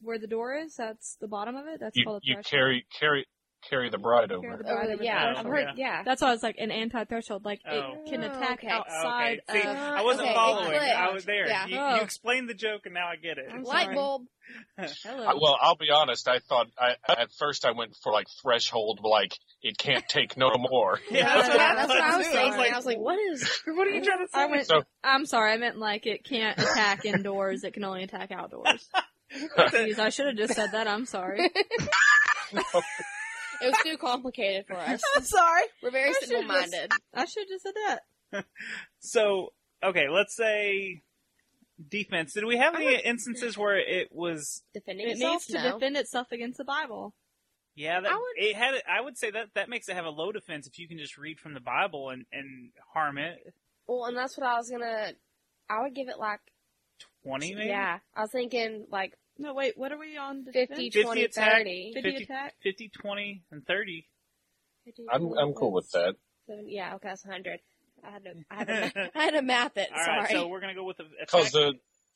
Speaker 4: where the door is. That's the bottom of it. That's
Speaker 7: You,
Speaker 4: called a
Speaker 7: you
Speaker 4: threshold.
Speaker 7: carry carry carry the bride
Speaker 4: Carry
Speaker 7: over.
Speaker 4: the
Speaker 5: Oh,
Speaker 4: bride over
Speaker 5: yeah,
Speaker 4: the
Speaker 5: I've
Speaker 1: Oh,
Speaker 4: threshold.
Speaker 5: heard.
Speaker 1: yeah.
Speaker 5: Yeah.
Speaker 4: That's why it's like an anti-threshold. Like
Speaker 1: Oh.
Speaker 4: it can
Speaker 5: Oh,
Speaker 4: attack
Speaker 5: okay.
Speaker 4: outside
Speaker 1: Okay, see,
Speaker 4: of.
Speaker 5: Uh,
Speaker 1: I wasn't
Speaker 5: okay, it
Speaker 1: following.
Speaker 5: clicked.
Speaker 1: I was there.
Speaker 5: Yeah.
Speaker 1: You,
Speaker 4: Oh.
Speaker 1: you explained the joke, and now I get it.
Speaker 4: I'm
Speaker 5: Light
Speaker 4: sorry.
Speaker 5: bulb.
Speaker 4: Hello.
Speaker 7: I, well, I'll be honest. I thought I, at first I went for like threshold, like it can't take no more.
Speaker 1: Yeah,
Speaker 4: that's what I- that's
Speaker 1: thought
Speaker 4: what I
Speaker 1: too.
Speaker 4: was thinking.
Speaker 1: like,
Speaker 5: I was like, what is?
Speaker 1: what are you trying to say?
Speaker 4: I went.
Speaker 7: So-
Speaker 4: I'm sorry. I meant like it can't attack indoors. It can only attack outdoors. Jeez, I should have just said that. I'm sorry.
Speaker 5: It was too complicated for us.
Speaker 4: sorry.
Speaker 5: We're very
Speaker 4: I should've
Speaker 5: simple minded.
Speaker 4: I should have just said that.
Speaker 1: So, okay, let's say defense. Did we have any instances where it was?
Speaker 5: Defending
Speaker 4: It
Speaker 5: itself.
Speaker 4: needs to
Speaker 5: no.
Speaker 4: defend itself against the Bible.
Speaker 1: Yeah, that
Speaker 5: I would-
Speaker 1: it had. I would say that that makes it have a low defense if you can just read from the Bible and and harm it.
Speaker 5: Well, and that's what I was gonna. I would give it like.
Speaker 1: Twenty, maybe.
Speaker 5: Yeah, I was thinking like
Speaker 4: No, wait. What are we on? defense?
Speaker 5: 50,
Speaker 1: 50
Speaker 5: 20,
Speaker 1: attack.
Speaker 5: 30.
Speaker 4: 50
Speaker 1: 50
Speaker 4: attack.
Speaker 1: 50, 20, and 30.
Speaker 5: 50,
Speaker 7: I'm I'm cool with that.
Speaker 5: Seven- yeah, okay, that's 100. I had to, I had to, I had to math it.
Speaker 1: All
Speaker 5: sorry.
Speaker 1: right, so we're going to go with the
Speaker 7: Because
Speaker 1: attack.
Speaker 7: the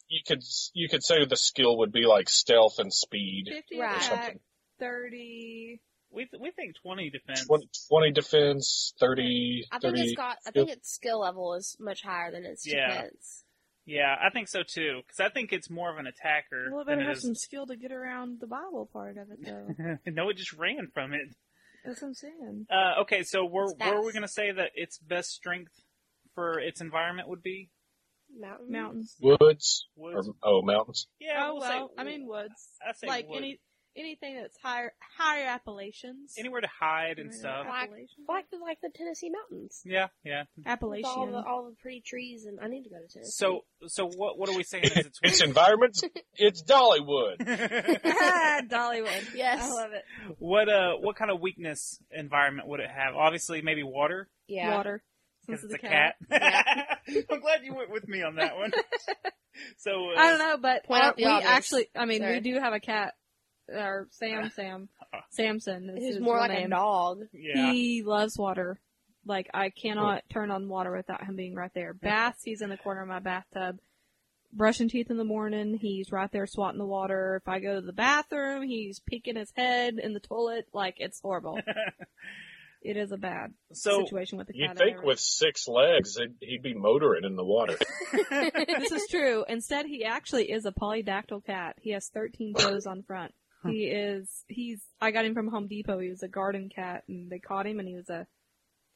Speaker 7: you could you could say the skill would be like stealth and speed
Speaker 4: 50
Speaker 5: Right.
Speaker 7: or
Speaker 4: attack.
Speaker 7: something.
Speaker 4: 30.
Speaker 1: we, th- we think 20 defense.
Speaker 7: 20, 20 defense, 30,
Speaker 5: I think
Speaker 7: 30
Speaker 5: it's got. I think its skill level is much higher than its
Speaker 1: Yeah.
Speaker 5: defense.
Speaker 1: Yeah, I think so too. Because I think it's more of an attacker
Speaker 4: Well, it
Speaker 1: than
Speaker 4: better
Speaker 1: it
Speaker 4: have
Speaker 1: is-
Speaker 4: some skill to get around the Bible part of it, though.
Speaker 1: no, it just ran from it.
Speaker 4: That's what I'm saying.
Speaker 1: Uh, okay, so we're,
Speaker 5: It's
Speaker 1: where are we
Speaker 5: fast.
Speaker 1: going to say that its best strength for its environment would be?
Speaker 5: Mountain.
Speaker 4: Mountains.
Speaker 7: woods or
Speaker 1: Woods?
Speaker 7: oh mountains.
Speaker 1: yeah,
Speaker 4: oh,
Speaker 1: we'll
Speaker 4: well,
Speaker 1: say,
Speaker 4: I mean woods.
Speaker 1: I say
Speaker 4: like
Speaker 1: wood.
Speaker 4: any anything that's higher higher Appalachians.
Speaker 1: anywhere to hide and
Speaker 4: Anywhere
Speaker 1: stuff.
Speaker 5: Like-
Speaker 4: Appalachian?
Speaker 5: Like the like the Tennessee mountains.
Speaker 1: Yeah, yeah.
Speaker 5: With
Speaker 4: Appalachian.
Speaker 5: all the all the pretty trees and I need to go to Tennessee.
Speaker 1: So, so what what are we saying? Is
Speaker 7: its
Speaker 1: its
Speaker 7: environment, it's Dollywood.
Speaker 4: ah, Dollywood.
Speaker 5: Yes.
Speaker 4: I love it.
Speaker 1: what uh what kind of weakness environment would it have? Obviously, maybe water.
Speaker 5: yeah,
Speaker 4: Water. Since
Speaker 1: Because it's
Speaker 4: it's
Speaker 1: a cat. I'm glad you went with me on that one. so uh,
Speaker 4: I don't know, but
Speaker 5: Point
Speaker 4: uh,
Speaker 5: out the
Speaker 4: we
Speaker 5: obvious.
Speaker 4: actually, I mean, we
Speaker 5: Sorry.
Speaker 4: do have a cat, or Sam, Sam, Samson. is
Speaker 5: Who's
Speaker 4: his
Speaker 5: more
Speaker 4: real
Speaker 5: like
Speaker 4: name.
Speaker 5: a dog.
Speaker 1: Yeah.
Speaker 4: He loves water. Like I cannot turn on water without him being right there. Baths, he's in the corner of my bathtub. Brushing teeth in the morning, he's right there swatting the water. If I go to the bathroom, he's peeking his head in the toilet. Like it's horrible. it is a bad
Speaker 1: So
Speaker 4: situation with the
Speaker 7: You
Speaker 4: cat. I
Speaker 7: think
Speaker 4: never-
Speaker 7: with six legs, it, he'd be motoring in the water.
Speaker 4: this is true. Instead, he actually is a polydactyl cat. He has 13 toes on front. He is, he's, I got him from Home Depot. He was a garden cat and they caught him and he was a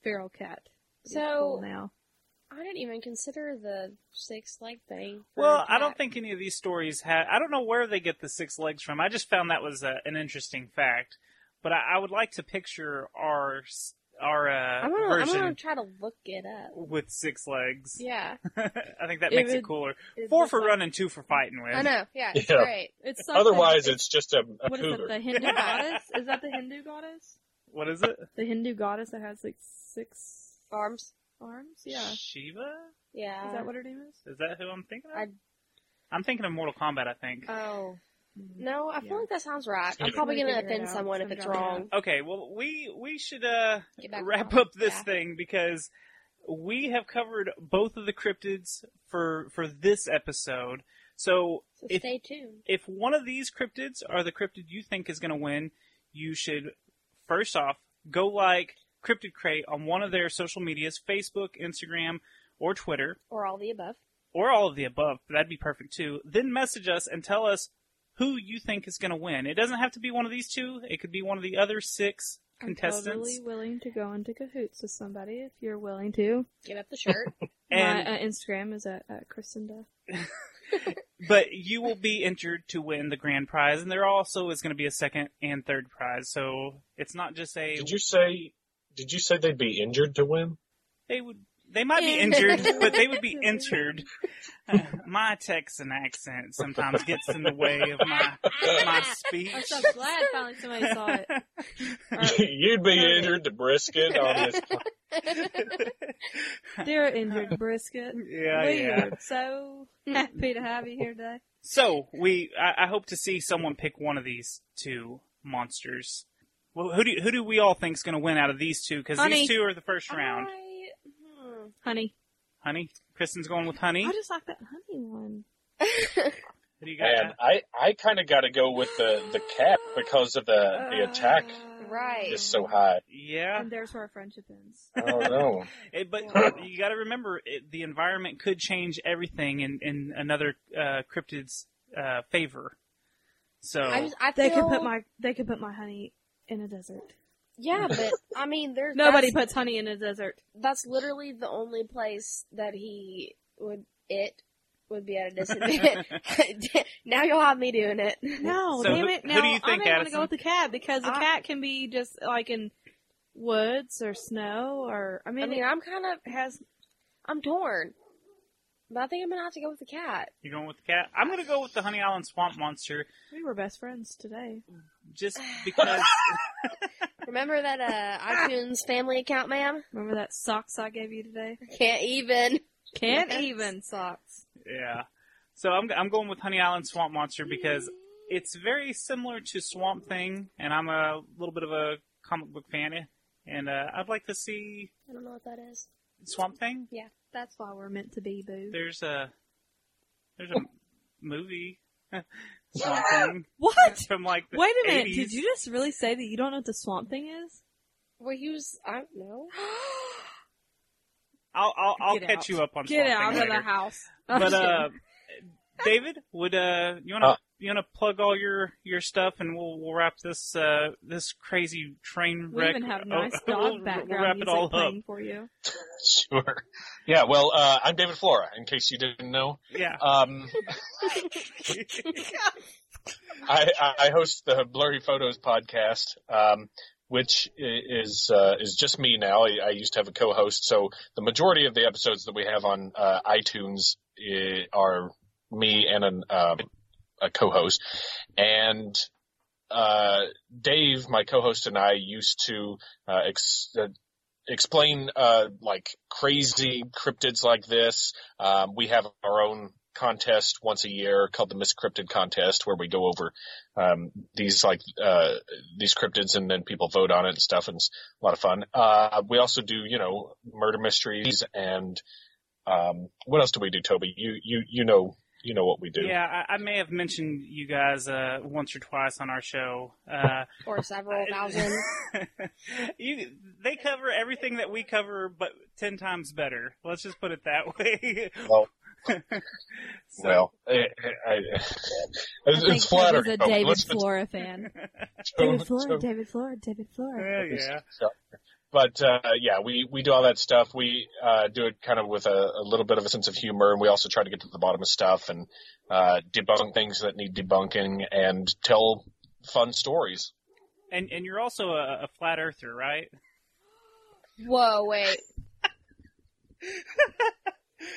Speaker 4: feral cat. He's
Speaker 5: So-
Speaker 4: cool now.
Speaker 5: I didn't even consider the six leg thing. for
Speaker 1: well,
Speaker 5: a
Speaker 1: I don't
Speaker 5: cat.
Speaker 1: think any of these stories had. I don't know where they get the six legs from. I just found that was uh an interesting fact. But I, I would like to picture our s- our uh,
Speaker 5: I'm gonna, I'm
Speaker 1: version
Speaker 5: gonna try to look it up.
Speaker 1: with six legs.
Speaker 5: Yeah,
Speaker 1: I think that
Speaker 4: It
Speaker 1: makes it
Speaker 4: would-
Speaker 1: cooler.
Speaker 4: It's
Speaker 1: Four
Speaker 4: just
Speaker 1: for
Speaker 4: like-
Speaker 1: running, two for fighting with.
Speaker 5: I know. Yeah, it's
Speaker 7: Yeah.
Speaker 5: great.
Speaker 4: It's something-
Speaker 7: Otherwise, it's just a, a
Speaker 4: what is it?
Speaker 7: cougar.
Speaker 4: The Hindu goddess? Is that the Hindu goddess?
Speaker 1: What is it?
Speaker 4: The Hindu goddess that has like six
Speaker 5: Arms.
Speaker 4: arms? Yeah. Is
Speaker 1: Shiva?
Speaker 5: Yeah.
Speaker 4: that what her name is?
Speaker 1: Is that who I'm thinking of?
Speaker 5: I-
Speaker 1: I'm thinking of Mortal Kombat. I think.
Speaker 5: Oh. No, I feel
Speaker 4: Yeah.
Speaker 5: like that sounds right. I'm
Speaker 7: Yeah.
Speaker 5: probably
Speaker 4: We'll
Speaker 5: gonna
Speaker 4: figure it
Speaker 5: offend
Speaker 4: out
Speaker 5: someone if it's
Speaker 4: sometime.
Speaker 5: wrong.
Speaker 1: Okay, well we we should uh,
Speaker 5: Get back
Speaker 1: wrap
Speaker 5: on.
Speaker 1: up this
Speaker 5: Yeah.
Speaker 1: thing because we have covered both of the cryptids for for this episode. So
Speaker 5: So
Speaker 1: if
Speaker 5: stay tuned.
Speaker 1: if one of these cryptids are the cryptid you think is going to win, you should first off go like Cryptid Crate on one of their social medias, Facebook, Instagram, or Twitter,
Speaker 5: Or all the above.
Speaker 1: or all of the above. That'd be perfect too. Then message us and tell us who you think is going to win. It doesn't have to be one of these two. It could be one of the other six contestants.
Speaker 4: I'm totally willing to go into cahoots with somebody if you're willing to.
Speaker 5: Give up the shirt.
Speaker 1: And-
Speaker 4: My uh, Instagram is at, at Kristinda.
Speaker 1: but you will be entered to win the grand prize, and there also is going to be a second and third prize. So it's not just a
Speaker 7: Did you say? Did you say they'd be injured to win?
Speaker 1: they would they might be injured, but they would be entered. Uh, my Texan accent sometimes gets in the way of my my speech.
Speaker 4: I'm so glad
Speaker 1: Oh.
Speaker 4: finally somebody saw it.
Speaker 7: You'd be
Speaker 4: Okay.
Speaker 7: injured to brisket on this.
Speaker 4: They're injured brisket.
Speaker 1: yeah,
Speaker 4: we
Speaker 1: yeah.
Speaker 4: are so happy to have you here today.
Speaker 1: So we, I, I hope to see someone pick one of these two monsters. Well, who do who do we all think's going to win out of these two? Because
Speaker 4: Honey.
Speaker 1: these two are the first round.
Speaker 5: I, hmm.
Speaker 4: Honey.
Speaker 1: Honey, Kristen's going with honey.
Speaker 4: I just like that honey one.
Speaker 1: Who do you got?
Speaker 7: And I, I kind of got to go with the the cat because of the
Speaker 4: Uh,
Speaker 7: the attack
Speaker 5: Right.
Speaker 7: is so high.
Speaker 1: Yeah,
Speaker 4: And there's where our friendship ends.
Speaker 7: I don't know.
Speaker 1: It, but
Speaker 5: Um, Yeah.
Speaker 1: you got to remember, it, the environment could change everything in, in another uh, cryptid's uh, favor. So,
Speaker 5: I just I
Speaker 4: They
Speaker 5: feel,
Speaker 4: could put my they could put my honey in a desert.
Speaker 5: Yeah, but I mean there's
Speaker 4: Nobody
Speaker 5: that's,
Speaker 4: puts honey in a desert.
Speaker 5: that's literally the only place that he would it would be at a disadvantage. now you'll have me doing it.
Speaker 4: No,
Speaker 1: So
Speaker 4: damn
Speaker 1: who-
Speaker 4: it.
Speaker 1: who
Speaker 4: No,
Speaker 1: do you think,
Speaker 4: I may want to
Speaker 1: Addison?
Speaker 4: go with the cat because the
Speaker 5: I-
Speaker 4: cat can be just like in woods or snow or I mean,
Speaker 5: I mean
Speaker 4: it
Speaker 5: I'm kinda
Speaker 4: has
Speaker 5: I'm torn. But I think I'm gonna have to go with the cat.
Speaker 1: you're going with the cat? I'm going to go with the Honey Island Swamp Monster
Speaker 4: we were best friends today.
Speaker 1: just because.
Speaker 5: Remember that uh, iTunes family account, ma'am?
Speaker 4: Remember that socks I gave you today?
Speaker 5: Can't even.
Speaker 4: Can't
Speaker 5: Yes.
Speaker 4: even socks.
Speaker 1: yeah. So, I'm, I'm going with Honey Island Swamp Monster because it's very similar to Swamp Thing, and I'm a little bit of a comic book fan, and uh, I'd like to see
Speaker 5: I don't know what that is.
Speaker 1: Swamp Thing.
Speaker 4: That's why we're meant to be, boo.
Speaker 1: There's a. There's a movie. Swamp Thing.
Speaker 4: What?
Speaker 1: from like the
Speaker 4: Wait a minute.
Speaker 1: 80s.
Speaker 4: Did you just really say that you don't know what the swamp thing is?
Speaker 5: Well, he was. I don't know.
Speaker 1: I'll I'll, I'll
Speaker 4: Get
Speaker 1: catch
Speaker 4: out.
Speaker 1: you up on
Speaker 4: Get
Speaker 1: Swamp
Speaker 4: out
Speaker 1: Thing
Speaker 4: of the
Speaker 1: later.
Speaker 4: house.
Speaker 1: But uh, David, would uh, you wanna
Speaker 7: Uh.
Speaker 1: you wanna plug all your your stuff, and we'll we'll wrap this uh this crazy train
Speaker 4: we
Speaker 1: wreck.
Speaker 4: even have
Speaker 1: oh,
Speaker 4: nice dog
Speaker 1: we'll, We'll wrap
Speaker 4: background
Speaker 1: it
Speaker 4: music
Speaker 1: all up.
Speaker 4: playing for you.
Speaker 7: Sure. Yeah. Well, uh, I'm David Flora. In case you didn't know,
Speaker 1: Yeah.
Speaker 7: um, I, I I host the Blurry Photos podcast, um, which i- is uh, is just me now. I, I used to have a co-host, so the majority of the episodes that we have on uh, iTunes eh, are me and an, um, a co-host, and uh, Dave, my co-host, and I used to uh, ex- uh, explain uh, like crazy cryptids like this. Um, we have our own contest once a year called the Miss Cryptid Contest, where we go over um, these like uh, these cryptids, and then people vote on it and stuff, and it's a lot of fun. Uh, we also do you know murder mysteries and um, what else do we do, Toby? You you you know you know what we do.
Speaker 1: Yeah, I, I may have mentioned you guys uh, once or twice on our show. Uh,
Speaker 5: Or several thousand.
Speaker 1: you, they cover everything that we cover, but ten times better. Let's just put it that way.
Speaker 7: Well-
Speaker 1: So-
Speaker 7: Well, I, I, it's, it's flattering.
Speaker 4: He's a
Speaker 7: but
Speaker 4: David
Speaker 7: let's-
Speaker 4: Flora fan.
Speaker 7: Toby-
Speaker 4: David Flora,
Speaker 7: Toby-
Speaker 4: David Flora, David Flora.
Speaker 1: Hell uh, yeah.
Speaker 7: but uh, yeah, we we do all that stuff. We uh, do it kind of with a, a little bit of a sense of humor, and we also try to get to the bottom of stuff and uh, debunk things that need debunking and tell fun stories.
Speaker 1: And and you're also a, a flat earther, right?
Speaker 5: Whoa, wait.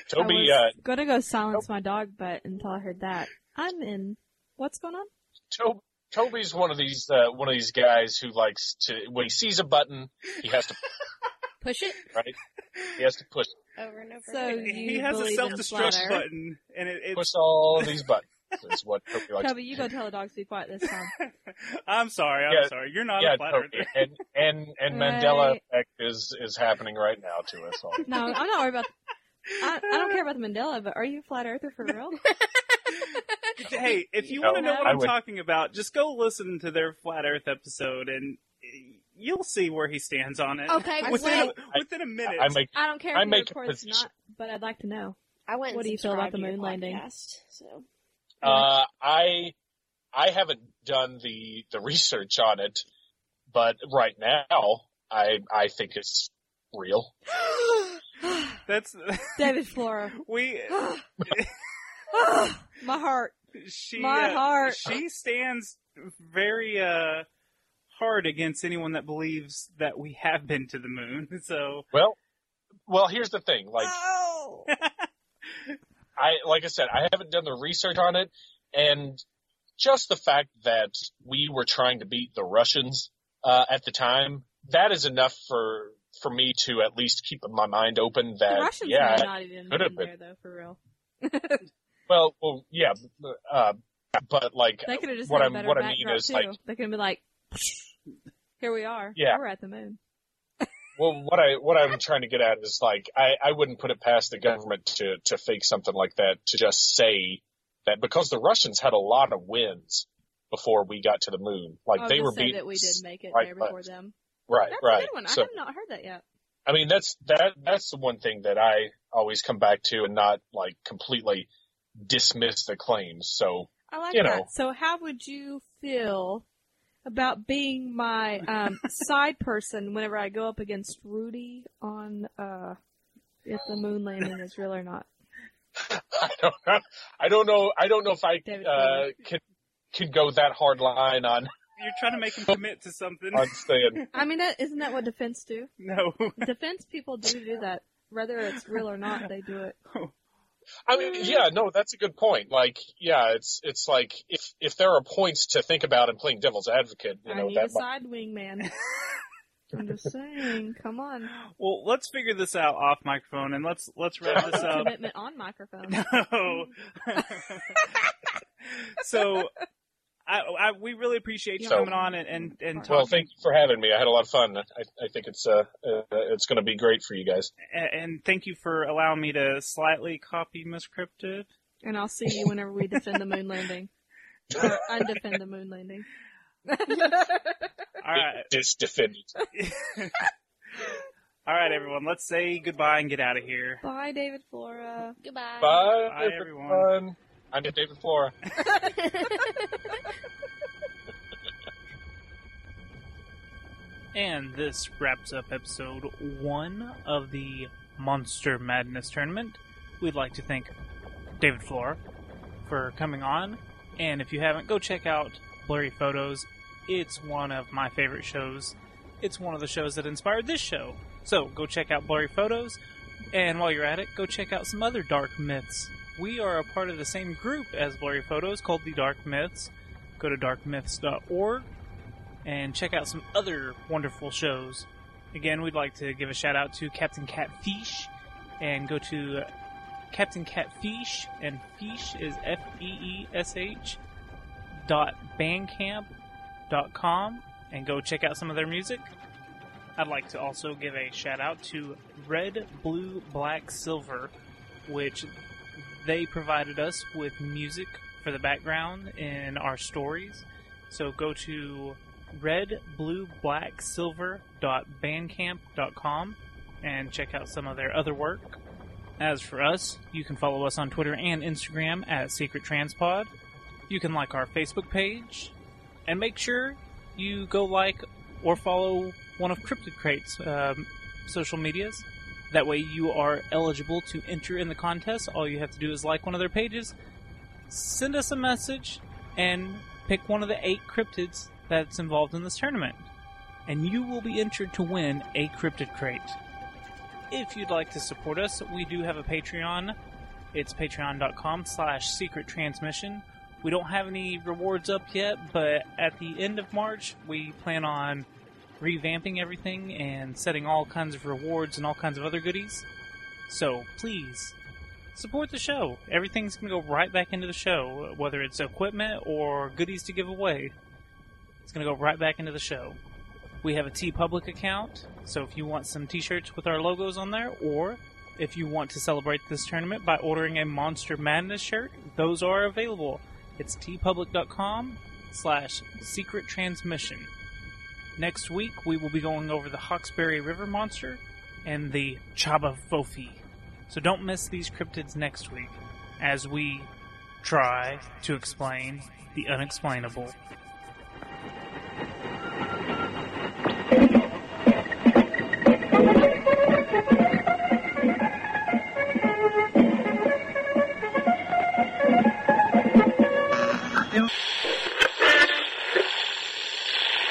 Speaker 7: Toby,
Speaker 4: I
Speaker 7: uh,
Speaker 4: was gonna go silence my dog, but until I heard that, I'm in. What's going on?
Speaker 7: Toby. uh, Toby's one of these uh, one of these guys who likes to when he sees a button he has to
Speaker 11: Push it.
Speaker 7: right? He has to push
Speaker 5: over and over.
Speaker 4: So
Speaker 5: again.
Speaker 4: Oh, you-
Speaker 1: he has a
Speaker 4: believe in
Speaker 1: self-destruct
Speaker 4: flat Earth?
Speaker 1: button, and it, it's.
Speaker 7: push all these buttons. Is what Toby likes.
Speaker 4: Toby, you go tell the dogs to be quiet this time.
Speaker 1: I'm sorry. I'm
Speaker 7: Yeah,
Speaker 1: sorry. You're not
Speaker 7: yeah,
Speaker 1: a flat
Speaker 7: Toby.
Speaker 1: earther.
Speaker 7: and and and
Speaker 4: Right.
Speaker 7: Mandela effect is is happening right now to us all.
Speaker 4: No, I'm not worried about. I, I don't care about the Mandela, but are you a flat earther for real?
Speaker 1: Hey, if you
Speaker 7: No,
Speaker 1: want to know what
Speaker 7: I
Speaker 1: I'm
Speaker 7: would-
Speaker 1: talking about, just go listen to their flat Earth episode, and you'll see where he stands on it.
Speaker 5: Okay,
Speaker 1: within
Speaker 5: wait.
Speaker 1: a, within a minute.
Speaker 7: I make
Speaker 4: I don't care
Speaker 7: I
Speaker 4: if you
Speaker 7: make a
Speaker 4: record this or
Speaker 7: position.
Speaker 4: not, but I'd like to know.
Speaker 5: I went. and
Speaker 4: What do you feel about
Speaker 5: subscribed
Speaker 4: the
Speaker 5: to your
Speaker 4: moon landing?
Speaker 5: podcast, so
Speaker 7: Uh, I I haven't done the the research on it, but right now I I think it's real.
Speaker 1: That's
Speaker 4: David Flora,
Speaker 1: we.
Speaker 4: my heart.
Speaker 1: She,
Speaker 4: My
Speaker 1: uh,
Speaker 4: heart.
Speaker 1: She stands very uh, hard against anyone that believes that we have been to the moon. So
Speaker 7: Well, well, here's the thing. Like
Speaker 4: Oh,
Speaker 7: I like I said, I haven't done the research on it, and just the fact that we were trying to beat the Russians uh, at the time that is enough for for me to at least keep my mind open
Speaker 4: the
Speaker 7: that
Speaker 4: Russians
Speaker 7: yeah
Speaker 4: may not even
Speaker 7: could have
Speaker 4: been
Speaker 7: been.
Speaker 4: there though, for real.
Speaker 7: well well yeah uh, but like
Speaker 4: They could have just
Speaker 7: what
Speaker 4: had
Speaker 7: I'm-
Speaker 4: a better
Speaker 7: what I mean
Speaker 4: backdrop
Speaker 7: is,
Speaker 4: too.
Speaker 7: like-
Speaker 4: they could have been like, "Here we are.
Speaker 7: Yeah.
Speaker 4: we're at the moon."
Speaker 7: Well, what I what I'm trying to get at is like I, I wouldn't put it past the government to to fake something like that to just say that because the Russians had a lot of wins before we got to the moon, like
Speaker 4: I'll
Speaker 7: they
Speaker 4: just
Speaker 7: were
Speaker 4: say
Speaker 7: beating
Speaker 4: that we did
Speaker 7: us.
Speaker 4: make it
Speaker 7: right,
Speaker 4: there
Speaker 7: but-
Speaker 4: before them.
Speaker 7: right,
Speaker 4: That's a
Speaker 7: right.
Speaker 4: good one.
Speaker 7: So
Speaker 4: I have not heard that yet.
Speaker 7: I mean that's that that's the one thing that I always come back to and not like completely dismiss the claims. So
Speaker 4: I like
Speaker 7: You
Speaker 4: that.
Speaker 7: know.
Speaker 4: So how would you feel about being my um, side person whenever I go up against Rudy on uh, if the moon landing is real or not?
Speaker 7: I don't know. I don't know. I don't know if I
Speaker 4: David
Speaker 7: uh, can can go that hard line on
Speaker 1: you're trying to make him commit to something.
Speaker 7: on saying
Speaker 4: I mean, that, isn't that what defense do?
Speaker 1: no.
Speaker 4: Defense people do do that. Whether it's real or not, they do it.
Speaker 7: I mean, yeah, no, that's a good point. Like, yeah, it's it's like if if there are points to think about in playing devil's advocate, you
Speaker 4: I
Speaker 7: know
Speaker 4: need a
Speaker 7: that. Might,
Speaker 4: side wingman. I'm just saying. Come on.
Speaker 1: Well, let's figure this out off microphone, and let's let's wrap this up.
Speaker 4: Commitment on microphone.
Speaker 1: No. Oh. so, I, I we really appreciate you
Speaker 7: So-
Speaker 1: coming on and and, and talking.
Speaker 7: well, thank you for having me. I had a lot of fun. I, I think it's uh, uh it's going to be great for you guys.
Speaker 1: a- and thank you for allowing me to slightly copy Miss Cryptid.
Speaker 4: And I'll see you whenever we defend the moon landing. Or undefend the moon landing.
Speaker 1: All right,
Speaker 7: Just defend it.
Speaker 1: all right, everyone. Let's say goodbye and get out of here.
Speaker 4: Bye, David Flora.
Speaker 5: goodbye.
Speaker 7: Bye,
Speaker 1: Bye, everyone.
Speaker 7: everyone. I'm David Flora.
Speaker 1: And this wraps up episode one of the Monster Madness Tournament. We'd like to thank David Flora for coming on. And if you haven't, go check out Blurry Photos. It's one of my favorite shows. It's one of the shows that inspired this show. So go check out Blurry Photos. And while you're at it, go check out some other dark myths. We are a part of the same group as Blurry Photos called the Dark Myths. Go to darkmyths.org and check out some other wonderful shows. Again, we'd like to give a shout out to Captain Catfish and go to uh, Captain Catfish and Fish is F E E S H dot bandcamp dot com and go check out some of their music. I'd like to also give a shout out to Red, Blue, Black, Silver, which they provided us with music for the background in our stories. So go to redblueblacksilver.bandcamp.com and check out some of their other work. As for us, you can follow us on Twitter and Instagram at Secret Transpod. You can like our Facebook page, and make sure you go like or follow one of Cryptid Crate's um, social medias. That way, you are eligible to enter in the contest. All you have to do is like one of their pages, send us a message, and pick one of the eight cryptids that's involved in this tournament. And you will be entered to win a Cryptid Crate. If you'd like to support us, we do have a Patreon. It's patreon.com slash secret transmission. We don't have any rewards up yet, but at the end of March, we plan on revamping everything and setting all kinds of rewards and all kinds of other goodies. So please support the show. Everything's going to go right back into the show, whether it's equipment or goodies to give away. It's going to go right back into the show. We have a T Public account, so if you want some t shirts with our logos on there, or if you want to celebrate this tournament by ordering a Monster Madness shirt, those are available. It's tpublic.com slash secret transmission. Next week, we will be going over the Hawkesbury River Monster and the Chaba Fofi. So don't miss these cryptids next week as we try to explain the unexplainable.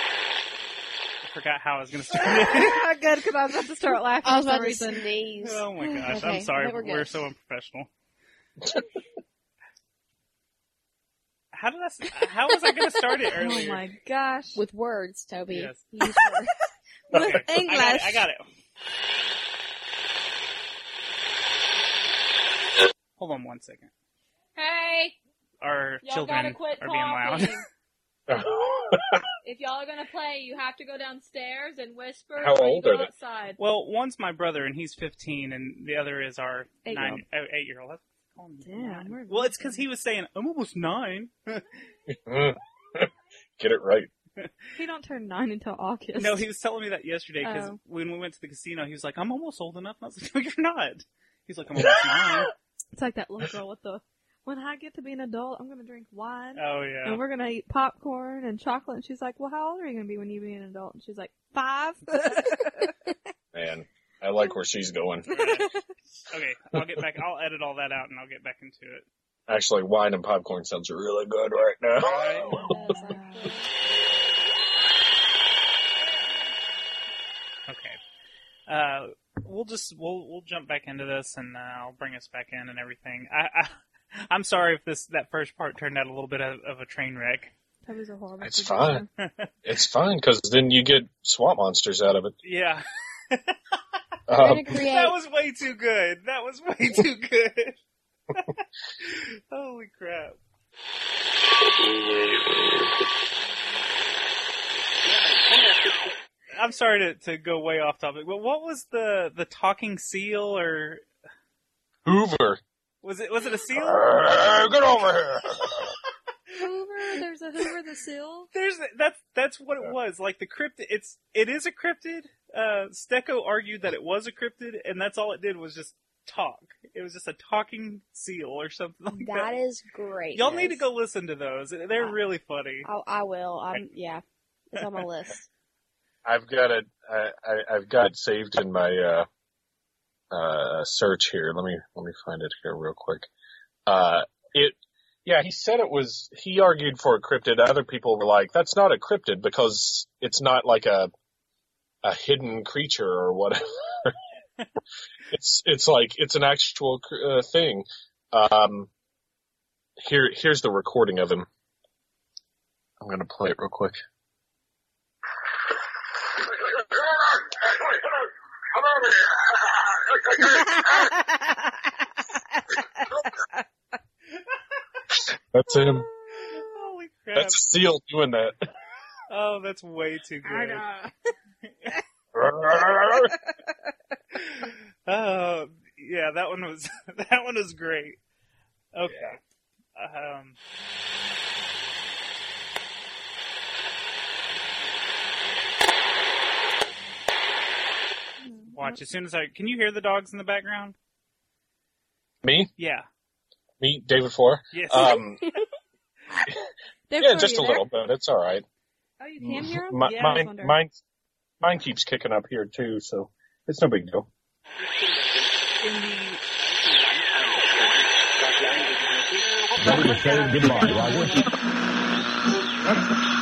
Speaker 1: I forgot how I was going to start it.
Speaker 4: Good, because I was about to start laughing
Speaker 5: I was
Speaker 4: for
Speaker 5: about
Speaker 4: some reason.
Speaker 5: to sneeze.
Speaker 1: Oh my gosh,
Speaker 5: Okay,
Speaker 1: I'm sorry,
Speaker 5: but we're
Speaker 1: but we're
Speaker 5: good.
Speaker 1: so unprofessional. how did I? s- How was I going to start it
Speaker 4: Oh
Speaker 1: earlier?
Speaker 4: my gosh.
Speaker 5: With words, Toby.
Speaker 1: Yes.
Speaker 5: Use words.
Speaker 4: With
Speaker 1: Okay, I got it.
Speaker 4: English.
Speaker 1: I got it. Hold on one second.
Speaker 11: Hey,
Speaker 1: Our
Speaker 11: y'all
Speaker 1: children
Speaker 11: gotta quit
Speaker 1: are being
Speaker 11: talking.
Speaker 1: loud.
Speaker 11: if y'all are gonna play, you have to go downstairs and whisper.
Speaker 7: How
Speaker 11: or
Speaker 7: old
Speaker 11: you
Speaker 7: are
Speaker 11: go
Speaker 7: they?
Speaker 11: outside.
Speaker 1: Well, one's my brother, and he's 15, and the other is our
Speaker 4: Eight-year-old.
Speaker 1: nine, uh, eight-year-old. That's- oh,
Speaker 4: Damn,
Speaker 1: nine.
Speaker 4: we're-
Speaker 1: Well, it's because he was saying, "I'm almost nine.
Speaker 7: Get it right.
Speaker 4: He don't turn nine until August.
Speaker 1: No, he was telling me that yesterday because
Speaker 4: Oh.
Speaker 1: when we went to the casino, he was like, "I'm almost old enough." And I was like, "No, you're not." He's like, "I'm almost nine.
Speaker 4: It's like that little girl with the. When I get to be an adult, I'm gonna drink wine
Speaker 1: Oh yeah.
Speaker 4: and we're gonna eat popcorn and chocolate. And she's like, "Well, how old are you gonna be when you be an adult?" And she's like, five.
Speaker 7: Man, I like where she's going.
Speaker 1: okay, I'll get back. I'll edit all that out, and I'll get back into it.
Speaker 7: Actually, wine and popcorn sounds really good right now.
Speaker 1: Alright. Okay. Uh, we'll just we'll we'll jump back into this, and uh, I'll bring us back in and everything. I, I I'm sorry if this that first part turned out a little bit of, of a train wreck.
Speaker 4: that was a horrible.
Speaker 7: It's
Speaker 4: suggestion.
Speaker 7: It's fine because then you get swamp monsters out of it.
Speaker 1: Yeah,
Speaker 5: We're
Speaker 7: Um,
Speaker 5: gonna create.
Speaker 1: that was way too good. That was way too good. Holy crap! I'm sorry to, to go way off topic, but what was the the talking seal or
Speaker 7: Hoover,
Speaker 1: was it was it a seal?
Speaker 7: Arrgh, get over here.
Speaker 4: Hoover, there's a Hoover the seal.
Speaker 1: There's that's that's what it was. Like the cryptid, it's it is a cryptid. Uh, Stecco argued that it was a cryptid, and that's all it did was just talk. It was just a talking seal or something like that.
Speaker 5: That is great.
Speaker 1: Y'all need
Speaker 5: Yes.
Speaker 1: to go listen to those. They're really funny.
Speaker 5: I'll, I will. I'm, yeah. It's on my list.
Speaker 7: I've got it. I, I, I've got it saved in my uh, uh, search here. Let me let me find it here real quick. Uh, it. Yeah, he said it was. He argued for a cryptid. Other people were like, "That's not a cryptid because it's not like a a hidden creature or whatever. it's it's like it's an actual cr- uh, thing." Um, here here's the recording of him. I'm gonna play it real quick. That's him.
Speaker 1: Holy crap!
Speaker 7: That's a seal doing that.
Speaker 1: oh, that's way too good. Oh, yeah, that one was that one was great. Okay. Um, watch as soon as I can you hear the dogs in the background?
Speaker 7: Me?
Speaker 1: Yeah.
Speaker 7: Me, David Four?
Speaker 1: Yes.
Speaker 7: Um,
Speaker 4: They're
Speaker 7: yeah,
Speaker 4: for
Speaker 7: just a
Speaker 4: you
Speaker 7: little bit. It's all right.
Speaker 4: There? Oh, you can hear him.
Speaker 7: My,
Speaker 4: yeah, I was
Speaker 7: mine,
Speaker 4: wondering.
Speaker 7: mine, mine keeps kicking up here too, so it's no big deal.
Speaker 1: in the
Speaker 2: Ready to say goodbye, Roger?